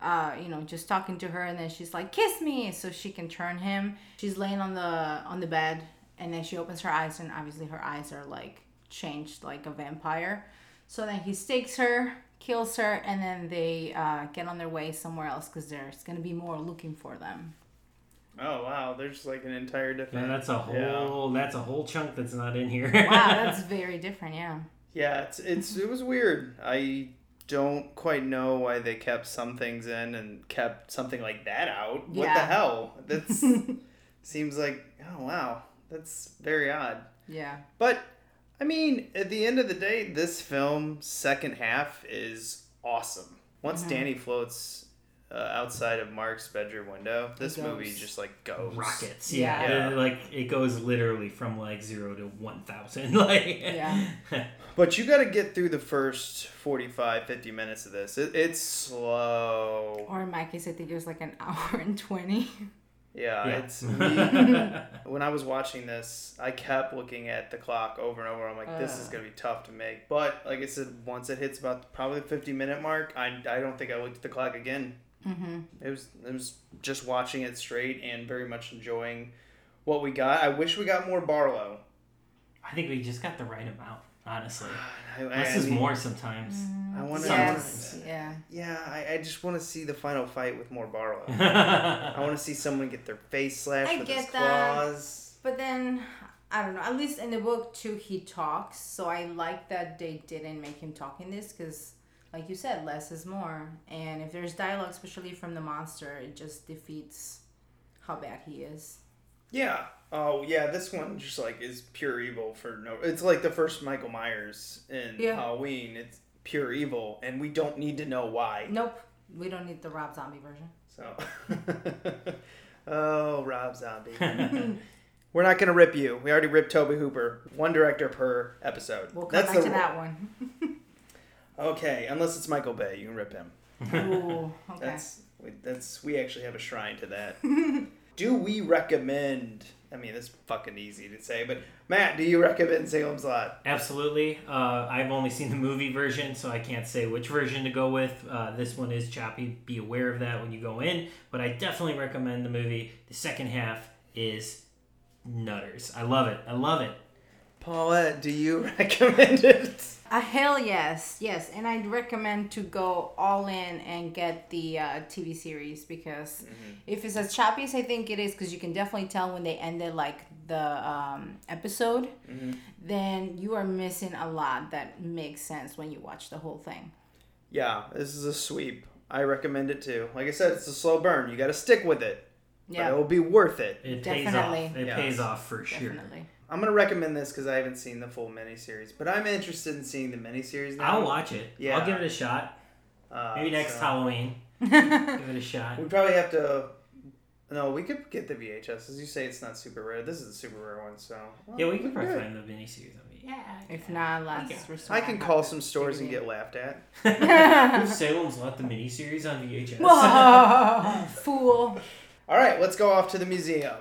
Speaker 9: uh you know just talking to her and then she's like kiss me so she can turn him she's laying on the on the bed and then she opens her eyes and obviously her eyes are like changed like a vampire so then he stakes her kills her and then they uh, get on their way somewhere else because there's gonna be more looking for them
Speaker 2: oh wow, there's like an entire
Speaker 3: Yeah,
Speaker 2: different.
Speaker 3: that's a
Speaker 2: Yeah,
Speaker 3: whole. That's a whole chunk that's not in here.
Speaker 9: wow that's very different yeah
Speaker 2: Yeah, it's it's it was weird. I don't quite know why they kept some things in and kept something like that out. What the
Speaker 9: Yeah.
Speaker 2: hell? That's seems like oh wow, that's very odd.
Speaker 9: yeah
Speaker 2: But I mean, at the end of the day, this film second half is awesome. Once Danny floats uh, outside of Mark's bedroom window, this
Speaker 9: goes.
Speaker 2: movie just like goes
Speaker 3: Oh, Rockets. Yeah.
Speaker 9: Yeah.
Speaker 2: Yeah.
Speaker 3: It- like it goes literally from like zero to one thousand. Like
Speaker 9: Yeah.
Speaker 2: But you got to get through the first 45, 50 minutes of this. It, it's slow.
Speaker 9: Or in my case, I think it was like an hour and 20.
Speaker 2: Yeah,
Speaker 3: Yeah.
Speaker 2: Uh, it's. we- when I was watching this, I kept looking at the clock over and over. I'm like, this is
Speaker 9: Ugh.
Speaker 2: gonna be tough to make. But like I said, once it hits about probably the 50 minute mark, I, I don't think I looked at the clock again. Mm-hmm. It was it was just watching it straight and very much enjoying what we got. I wish we got more Barlow.
Speaker 3: I think we just got the right amount. Honestly,
Speaker 2: I, I-
Speaker 3: less
Speaker 2: I
Speaker 3: is
Speaker 2: mean,
Speaker 3: more sometimes.
Speaker 9: Mm.
Speaker 2: I want
Speaker 9: Yes. Yeah.
Speaker 2: Yeah, I, I just want to see the final fight with more Barlow. I want to see someone get their face slashed
Speaker 9: I
Speaker 2: with his
Speaker 9: get that.
Speaker 2: claws.
Speaker 9: But then, I don't know. At least in the book, too, he talks. So I like that they didn't make him talk in this because, like you said, less is more. And if there's dialogue, especially from the monster, it just defeats how bad he is.
Speaker 2: Yeah. Oh yeah, this one just like is pure evil for no. It's like the first Michael Myers in
Speaker 9: Yeah.
Speaker 2: Halloween. It's pure evil, and we don't need to know why.
Speaker 9: Nope. We don't need the Rob Zombie version.
Speaker 2: So, oh, Rob Zombie. We're not gonna rip you. We already ripped Toby Hooper, one director per episode.
Speaker 9: We'll come back to that one.
Speaker 2: Okay, unless it's Michael Bay, you can rip him.
Speaker 9: Ooh, okay.
Speaker 2: That's we, that's we actually have a shrine to that. do we recommend? I mean, it's fucking easy to say, but Matt, do you recommend Salem's Lot?
Speaker 3: Absolutely. Uh, I've only seen the movie version, so I can't say which version to go with. Uh, this one is choppy. Be aware of that when you go in, but I definitely recommend the movie. The second half is nutters. I love it. I love it.
Speaker 2: Paulette, do you recommend it?
Speaker 9: A Uh, hell yes, yes, and I'd recommend to go all in and get the uh, TV series because
Speaker 2: Mm-hmm.
Speaker 9: if it's as choppy as I think it is, because you can definitely tell when they ended like the um, episode,
Speaker 2: Mm-hmm.
Speaker 9: then you are missing a lot that makes sense when you watch the whole thing.
Speaker 2: Yeah, this is a sweep. I recommend it too. Like I said, it's a slow burn. You got to stick with it. But it
Speaker 9: Yeah,
Speaker 2: will be worth it.
Speaker 3: It pays off.
Speaker 9: Definitely.
Speaker 3: It
Speaker 2: Yeah.
Speaker 3: pays off for sure.
Speaker 9: definitely.
Speaker 2: I'm gonna recommend this because I haven't seen the full miniseries, but I'm interested in seeing the miniseries now.
Speaker 3: I'll watch it.
Speaker 2: Yeah.
Speaker 3: I'll give it a shot.
Speaker 2: Uh,
Speaker 3: Maybe next
Speaker 2: so-
Speaker 3: Halloween. give it a shot.
Speaker 2: We probably have to. No, we could get the VHS. As you say, it's not super rare. This is a super rare one, so well,
Speaker 3: Yeah, we could probably
Speaker 2: do it.
Speaker 3: find the miniseries on it. Yeah.
Speaker 9: If not, last
Speaker 3: Yeah.
Speaker 9: resort.
Speaker 2: I can call some stores and get laughed at.
Speaker 3: Salem's Lot the miniseries on VHS.
Speaker 9: Whoa, fool.
Speaker 2: All right, let's go off to the museum.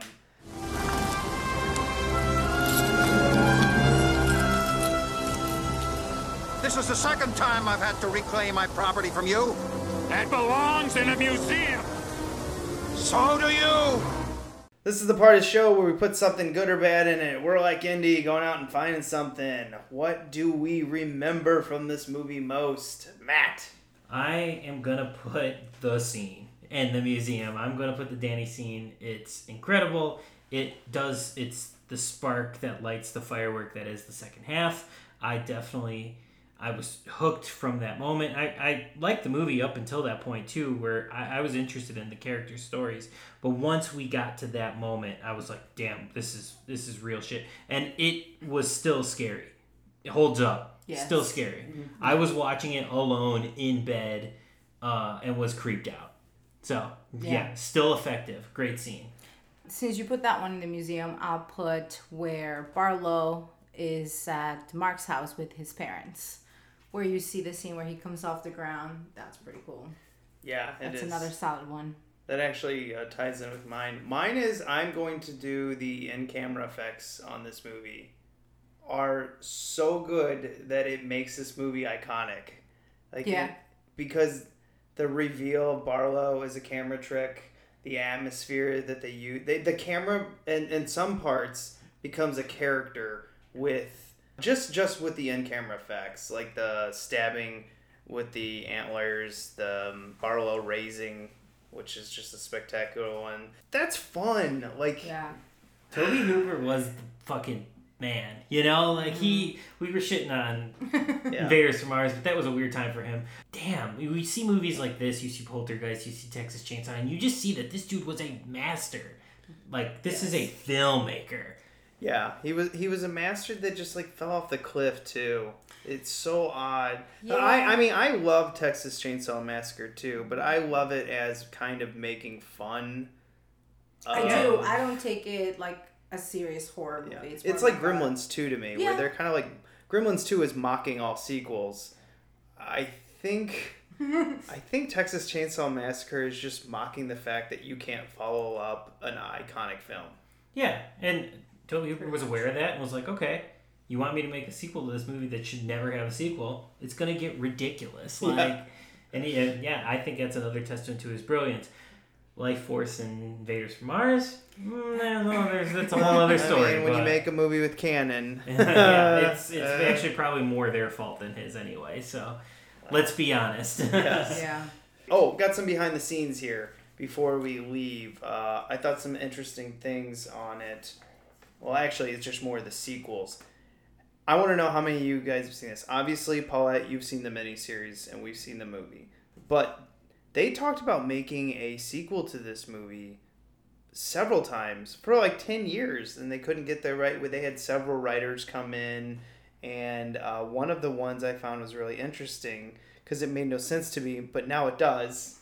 Speaker 10: This is the second time I've had to reclaim my property from you.
Speaker 7: That belongs in a museum.
Speaker 10: So do you!
Speaker 2: This is the part of the show where we put something good or bad in it. We're like Indy, going out and finding something. What do we remember from this movie most, Matt?
Speaker 3: I am gonna put the scene in the museum. I'm gonna put the Danny scene. It's incredible. It does. It's the spark that lights the firework that is the second half. I definitely. I was hooked from that moment. I, I liked the movie up until that point too, where I, I was interested in the character stories. But once we got to that moment, I was like, "Damn, this is this is real shit," and it was still scary. It holds up.
Speaker 9: Yes.
Speaker 3: Still scary. I was watching it alone in bed uh, and was creeped out. So, yeah.
Speaker 9: Yeah.
Speaker 3: still effective. Great scene.
Speaker 9: Since you put that one in the museum, I'll put where Barlow is at Mark's house with his parents, where you see the scene where he comes off the ground. That's pretty cool.
Speaker 2: Yeah, it is.
Speaker 9: That's another solid one.
Speaker 2: That actually uh, ties in with mine. Mine is I'm going to do the in camera effects on this movie are so good that it makes this movie iconic. Like
Speaker 9: Yeah.
Speaker 2: it- because the reveal of Barlow is a camera trick, the atmosphere that they use, they, the camera and in some parts becomes a character with just just with the in camera effects, like the stabbing with the antlers, the um, Barlow raising, which is just a spectacular one. That's fun. Like
Speaker 9: Yeah.
Speaker 3: Toby Hooper was the fucking man. You know, like he, we were shitting on
Speaker 2: yeah.
Speaker 3: Invaders from Mars, but that was a weird time for him. Damn, we- we see movies like this. You see Poltergeist, you see Texas Chainsaw, and you just see that this dude was a master. Like, this is a filmmaker.
Speaker 2: Yeah, he was he was a master that just like fell off the cliff too. It's so odd. But I I mean I love Texas Chainsaw Massacre too, but I love it as kind of making fun.
Speaker 9: I
Speaker 2: of-
Speaker 9: do. I don't take it like a serious horror movie.
Speaker 2: yeah. It's,
Speaker 9: more
Speaker 2: like
Speaker 9: a-
Speaker 2: Gremlins two to me,
Speaker 9: Yeah.
Speaker 2: where they're kind of like Gremlins two is mocking all sequels. I think I think Texas Chainsaw Massacre is just mocking the fact that you can't follow up an iconic film.
Speaker 3: Yeah, and Toby Hooper was aware of that and was like, okay, you want me to make a sequel to this movie that should never have a sequel? It's going to get ridiculous. Like, and, he, and yeah, I think that's another testament to his brilliance. Life Force and Invaders from Mars? Mm, I don't know, there's, that's a whole other story.
Speaker 2: I mean, when you
Speaker 3: but-
Speaker 2: make a movie with canon,
Speaker 3: yeah, it's, it's
Speaker 2: Uh,
Speaker 3: actually probably more their fault than his anyway, so let's be honest.
Speaker 9: Yeah.
Speaker 2: Oh, got some behind the scenes here before we leave. Uh, I thought some interesting things on it. Well, actually, it's just more of the sequels. I want to know how many of you guys have seen this. Obviously, Paulette, you've seen the miniseries and we've seen the movie. But they talked about making a sequel to this movie several times for like 10 years and they couldn't get their right they had several writers come in and uh, one of the ones i found was really interesting because it made no sense to me but now it does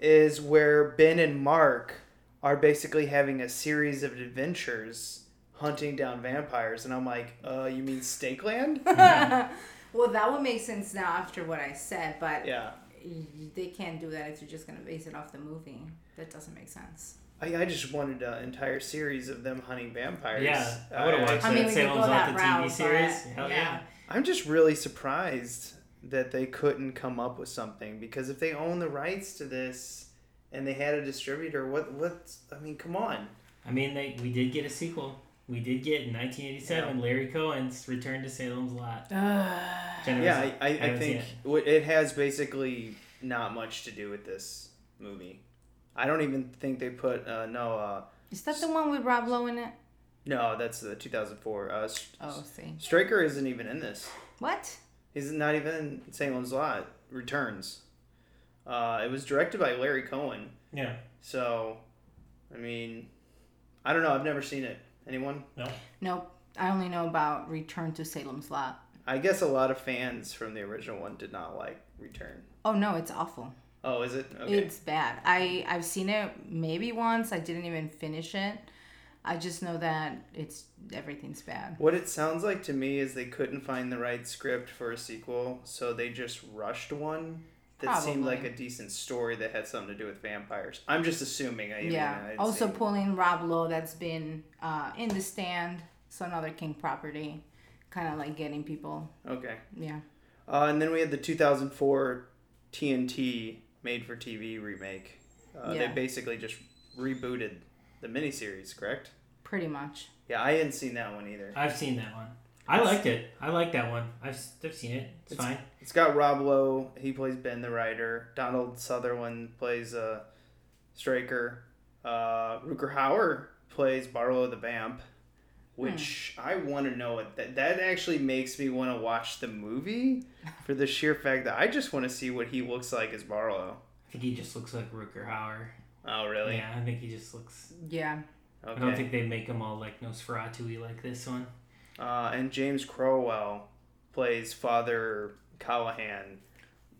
Speaker 2: is where Ben and Mark are basically having a series of adventures hunting down vampires, and I'm like, uh, you mean Stakeland?
Speaker 9: Well, that would make sense now after what I said, but
Speaker 2: Yeah.
Speaker 9: they can't do that if you're just gonna base it off the movie. That doesn't make sense.
Speaker 2: I, I just wanted an entire series of them hunting vampires.
Speaker 3: Yeah, I would've watched
Speaker 9: I mean, we could go that route, but
Speaker 3: Hell
Speaker 9: yeah.
Speaker 2: I'm just really surprised that they couldn't come up with something because if they own the rights to this and they had a distributor, what what I mean, come on.
Speaker 3: I mean, they, we did get a sequel. We did get in 1987 Larry Cohen's Return to Salem's Lot. Jennifer's-
Speaker 2: yeah, I, I, I
Speaker 3: haven't seen
Speaker 2: think
Speaker 3: it.
Speaker 2: w- it has basically not much to do with this movie. I don't even think they put uh, no uh,
Speaker 9: Is that the one with Rob Lowe in it?
Speaker 2: no that's the 2004. Uh, S-
Speaker 9: Oh, see.
Speaker 2: Straker isn't even in this.
Speaker 9: What?
Speaker 2: He's not even in Salem's Lot returns. Uh, it was directed by Larry Cohen.
Speaker 3: Yeah.
Speaker 2: So, I mean, I don't know. I've never seen it. Anyone?
Speaker 3: No.
Speaker 9: Nope. I only know about Return to Salem's Lot.
Speaker 2: I guess a lot of fans from the original one did not like Return.
Speaker 9: Oh no, it's awful.
Speaker 2: Oh, is it? Okay.
Speaker 9: It's bad. I I've seen it maybe once. I didn't even finish it. I just know that it's everything's bad.
Speaker 2: What it sounds like to me is they couldn't find the right script for a sequel, so they just rushed one that seemed
Speaker 9: Probably.
Speaker 2: like a decent story that had something to do with vampires. I'm just assuming. I I mean, I
Speaker 9: yeah.
Speaker 2: didn't
Speaker 9: Also
Speaker 2: see it.
Speaker 9: pulling Rob Lowe that's been uh, in the stand, so another King property, kind of like getting people.
Speaker 2: Okay.
Speaker 9: Yeah.
Speaker 2: Uh, and then we had the 2004 TNT made for TV remake. Uh,
Speaker 9: Yeah.
Speaker 2: They basically just rebooted the miniseries, correct?
Speaker 9: Pretty much.
Speaker 2: Yeah, I hadn't seen that one either.
Speaker 3: I've seen that one. I liked it. I like that one. I've, I've seen it. It's, fine.
Speaker 2: It's got Rob Lowe. He plays Ben the writer. Donald Sutherland plays uh, Straker. Uh, Ruker Hauer plays Barlow the Vamp, which I want to know what that, that actually makes me want to watch the movie for the sheer fact that I just want to see what he looks like as Barlow.
Speaker 3: I think he just looks like Rooker Hauer.
Speaker 2: Oh, really?
Speaker 3: Yeah, I think he just looks.
Speaker 9: Yeah.
Speaker 2: Okay.
Speaker 3: I don't think they make him all like Nosferatu like this one.
Speaker 2: uh, and James Crowell plays Father Callahan.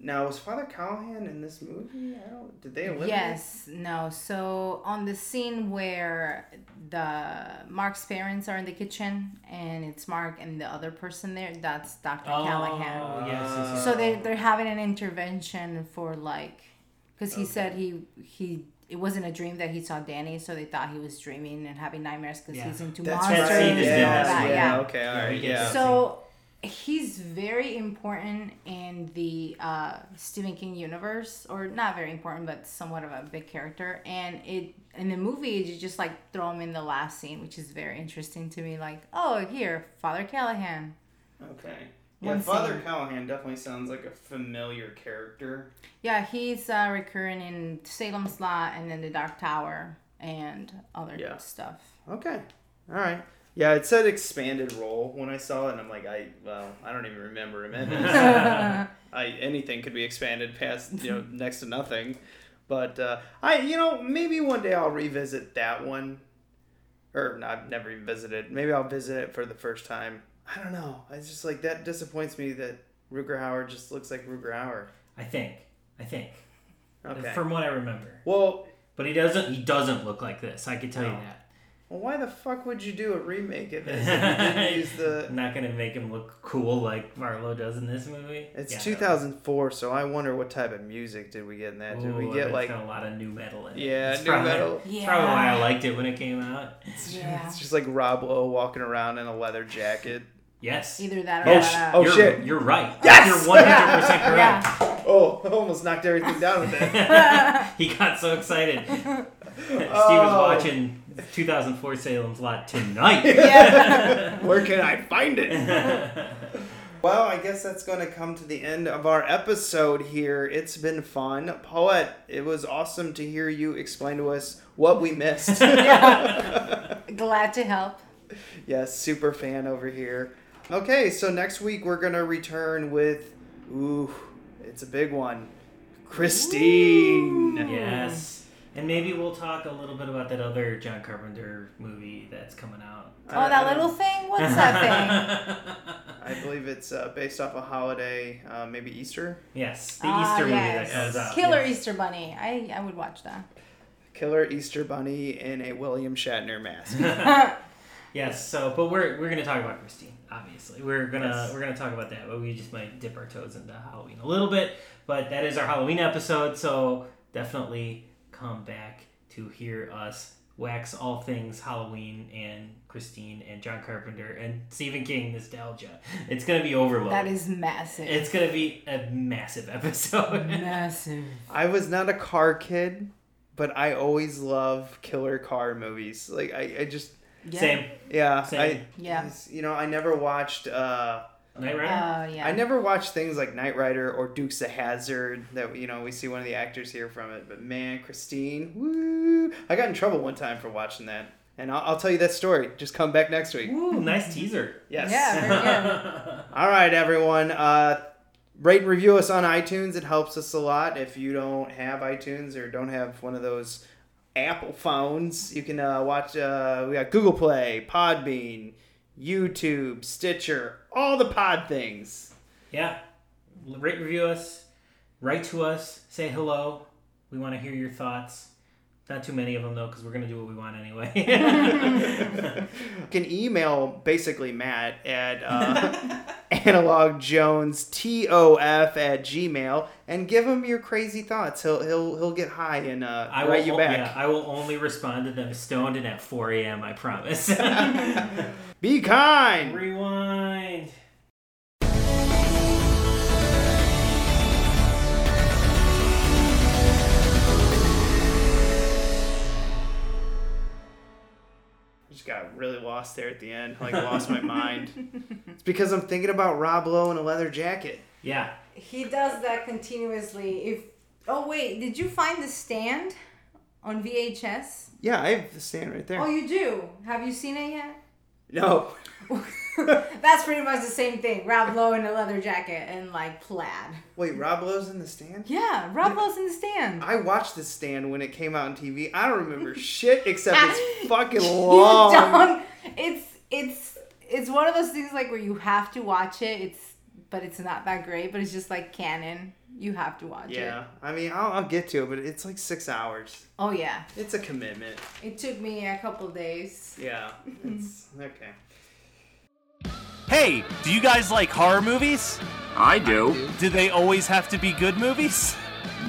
Speaker 2: Now, was Father Callahan in this movie? I don't. Did they eliminate?
Speaker 9: Yes, no. So on the scene where the Mark's parents are in the kitchen and it's Mark and the other person there, that's Dr. Callahan.
Speaker 3: Oh, yes. yes, yes.
Speaker 9: So they they're having an intervention for like cuz he said he he it wasn't a dream that he saw Danny, so they thought he was dreaming and having nightmares cuz
Speaker 3: Yeah.
Speaker 9: he's into
Speaker 2: That's
Speaker 9: monsters.
Speaker 2: right.
Speaker 3: scene is
Speaker 9: and all
Speaker 2: yeah,
Speaker 3: different.
Speaker 9: that,
Speaker 2: yeah, Okay. All right.
Speaker 3: we get
Speaker 2: Yeah.
Speaker 3: that.
Speaker 9: so he's very important in the uh, Stephen King universe, or not very important, but somewhat of a big character. And it in the movie, you just like throw him in the last scene, which is very interesting to me. Like, oh, here, Father Callahan.
Speaker 2: Okay.
Speaker 9: One
Speaker 2: yeah, Father
Speaker 9: scene.
Speaker 2: Callahan definitely sounds like a familiar character.
Speaker 9: Yeah, he's uh, recurring in Salem's Lot and then the Dark Tower and other
Speaker 2: Yeah.
Speaker 9: stuff.
Speaker 2: Okay. All right. Yeah, it said expanded role when I saw it, and I'm like, I well, I don't even remember him in this. I anything could be expanded past you know next to nothing, but uh, I you know maybe one day I'll revisit that one, or no, I've never even visited. Maybe I'll visit it for the first time. I don't know. It's just like that disappoints me that Ruger Hauer just looks like Ruger Hauer.
Speaker 3: I think. I think.
Speaker 2: Okay.
Speaker 3: From what I remember.
Speaker 2: Well,
Speaker 3: But he doesn't. He doesn't look like this. I could tell
Speaker 2: No.
Speaker 3: you that.
Speaker 2: Well, why the fuck would you do a remake of this if you didn't use
Speaker 3: I'm
Speaker 2: the?
Speaker 3: not gonna make him look cool like Marlowe does in this movie.
Speaker 2: It's
Speaker 3: Yeah.
Speaker 2: 2004, so I wonder what type of music did we get in that? Did
Speaker 3: Ooh,
Speaker 2: we get
Speaker 3: it's
Speaker 2: like?
Speaker 3: got a lot of new metal in it.
Speaker 2: Yeah,
Speaker 3: It's
Speaker 2: new
Speaker 3: probably-
Speaker 2: metal.
Speaker 3: it's Probably why I liked it when it came out.
Speaker 9: Yeah.
Speaker 2: It's just like Rob Lowe walking around in a leather jacket.
Speaker 3: Yes.
Speaker 9: Either that or
Speaker 3: Oh,
Speaker 9: that,
Speaker 3: sh-
Speaker 9: uh,
Speaker 2: oh,
Speaker 3: you're,
Speaker 2: shit.
Speaker 3: You're right.
Speaker 2: Yes!
Speaker 3: You're 100 percent correct.
Speaker 9: yeah.
Speaker 2: Oh, I almost knocked everything down with that.
Speaker 3: He got so excited. Steve
Speaker 2: Oh.
Speaker 3: was watching 2004 Salem's Lot tonight.
Speaker 2: Where can I find it? well, I guess that's going to come to the end of our episode here. It's been fun, Paulette. It was awesome to hear you explain to us what we missed.
Speaker 9: Glad to help.
Speaker 2: Yes, super fan over here. Okay, so next week we're gonna return with ooh, it's a big one. Christine.
Speaker 3: Yes. And maybe we'll talk a little bit about that other John Carpenter movie that's coming out.
Speaker 9: Oh, that little thing? What's that thing?
Speaker 2: I I believe it's uh, based off a holiday, uh, maybe Easter.
Speaker 3: Yes,
Speaker 9: Ah, yes. Killer Easter Bunny. I, I would watch that.
Speaker 2: Killer Easter Bunny in a William Shatner mask.
Speaker 3: Yes. So, but we're we're gonna talk about Christine. Obviously, we're gonna
Speaker 2: Yes.
Speaker 3: we're gonna talk about that, but we just might dip our toes into Halloween a little bit. But that is our Halloween episode, so definitely come back to hear us wax all things Halloween and Christine and John Carpenter and Stephen King nostalgia. It's gonna be overload.
Speaker 9: That is massive.
Speaker 3: It's gonna be a massive episode.
Speaker 9: massive.
Speaker 2: I was not a car kid, but I always love killer car movies. Like I, I just
Speaker 9: Yeah.
Speaker 3: Same.
Speaker 2: yeah,
Speaker 3: Same.
Speaker 2: I
Speaker 9: Yeah.
Speaker 2: you know I never watched. Uh,
Speaker 3: Night
Speaker 9: Oh,
Speaker 3: Rider.
Speaker 9: yeah.
Speaker 2: I never watched things like Knight Rider or Dukes of Hazard that you know we see one of the actors here from it. But man, Christine, woo! I got in trouble one time for watching that, and I'll, I'll tell you that story. Just come back next week.
Speaker 3: Ooh, nice teaser.
Speaker 2: Yes.
Speaker 9: Yeah, very good.
Speaker 2: All right, everyone. Uh, rate and review us on iTunes. It helps us a lot. If you don't have iTunes or don't have one of those Apple phones, you can uh, watch. Uh, we got Google Play, Podbean, YouTube, Stitcher, all the pod things.
Speaker 3: Yeah. Rate, review us, write to us, say hello. We want to hear your thoughts. Not too many of them, though, because we're going to do what we want anyway.
Speaker 2: You can email basically Matt at uh, analogjonestof at gmail and give him your crazy thoughts. He'll he'll he'll get high and uh,
Speaker 3: I
Speaker 2: write
Speaker 3: will,
Speaker 2: you
Speaker 3: o-
Speaker 2: back.
Speaker 3: yeah, I will only respond to them stoned and at 4 a.m., I promise.
Speaker 2: Be kind.
Speaker 3: Rewind.
Speaker 2: just got really lost there at the end. Like lost my mind. It's because I'm thinking about Rob Lowe in a leather jacket.
Speaker 3: Yeah.
Speaker 9: He does that continuously. If oh wait, did you find the stand on VHS?
Speaker 2: Yeah, I have the stand right there.
Speaker 9: Oh, you do. Have you seen it yet?
Speaker 2: no.
Speaker 9: That's pretty much the same thing. Rob Lowe in a leather jacket and like plaid.
Speaker 2: Wait, Rob Lowe's in the stand?
Speaker 9: Yeah, Rob Lowe's in the stand.
Speaker 2: I watched the stand when it came out on TV. I don't remember shit except it's fucking
Speaker 9: You
Speaker 2: long.
Speaker 9: don't- It's it's it's one of those things like where you have to watch it. It's but it's not that great. But it's just like canon. You have to watch
Speaker 2: Yeah,
Speaker 9: it.
Speaker 2: I mean, I'll, I'll get to it, but it's like six hours.
Speaker 9: Oh yeah.
Speaker 2: It's a commitment.
Speaker 9: It took me a couple days.
Speaker 2: Yeah, it's okay.
Speaker 11: Hey, do you guys like horror movies?
Speaker 12: I do.
Speaker 11: Do they always have to be good movies?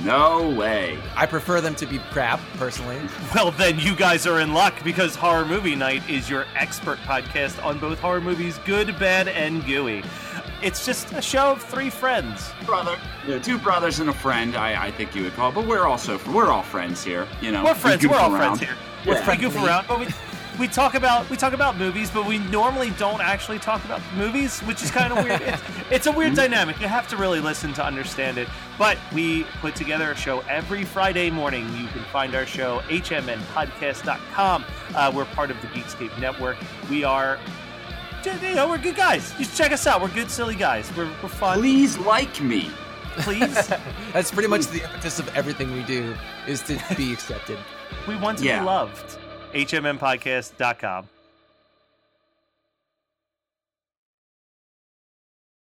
Speaker 12: No way.
Speaker 1: I prefer them to be crap, personally.
Speaker 11: Well, then you guys are in luck because Horror Movie Night is your expert podcast on both horror movies, good, bad, and gooey. It's just a show of three friends.
Speaker 12: Brother. They're two brothers and a friend, I, I think you would call, but we're also we're all friends here. You know,
Speaker 11: We're friends.
Speaker 12: We goof
Speaker 11: We're all
Speaker 12: around.
Speaker 11: friends here.
Speaker 12: We're
Speaker 11: We goof around, but we, we talk about we talk about movies, but we normally don't actually talk about movies, which is kind of weird. It's, it's a weird dynamic. You have to really listen to understand it. But we put together a show every Friday morning. You can find our show hmnpodcast.com. Uh, we're part of the Geekscape Network. We are. You know, we're good guys. You should check us out. We're good, silly guys. We're, we're fun.
Speaker 12: Please like me.
Speaker 11: Please.
Speaker 1: That's pretty much the impetus of everything we do is to be accepted.
Speaker 11: We want to
Speaker 1: Yeah.
Speaker 11: be loved. hmnpodcast.com.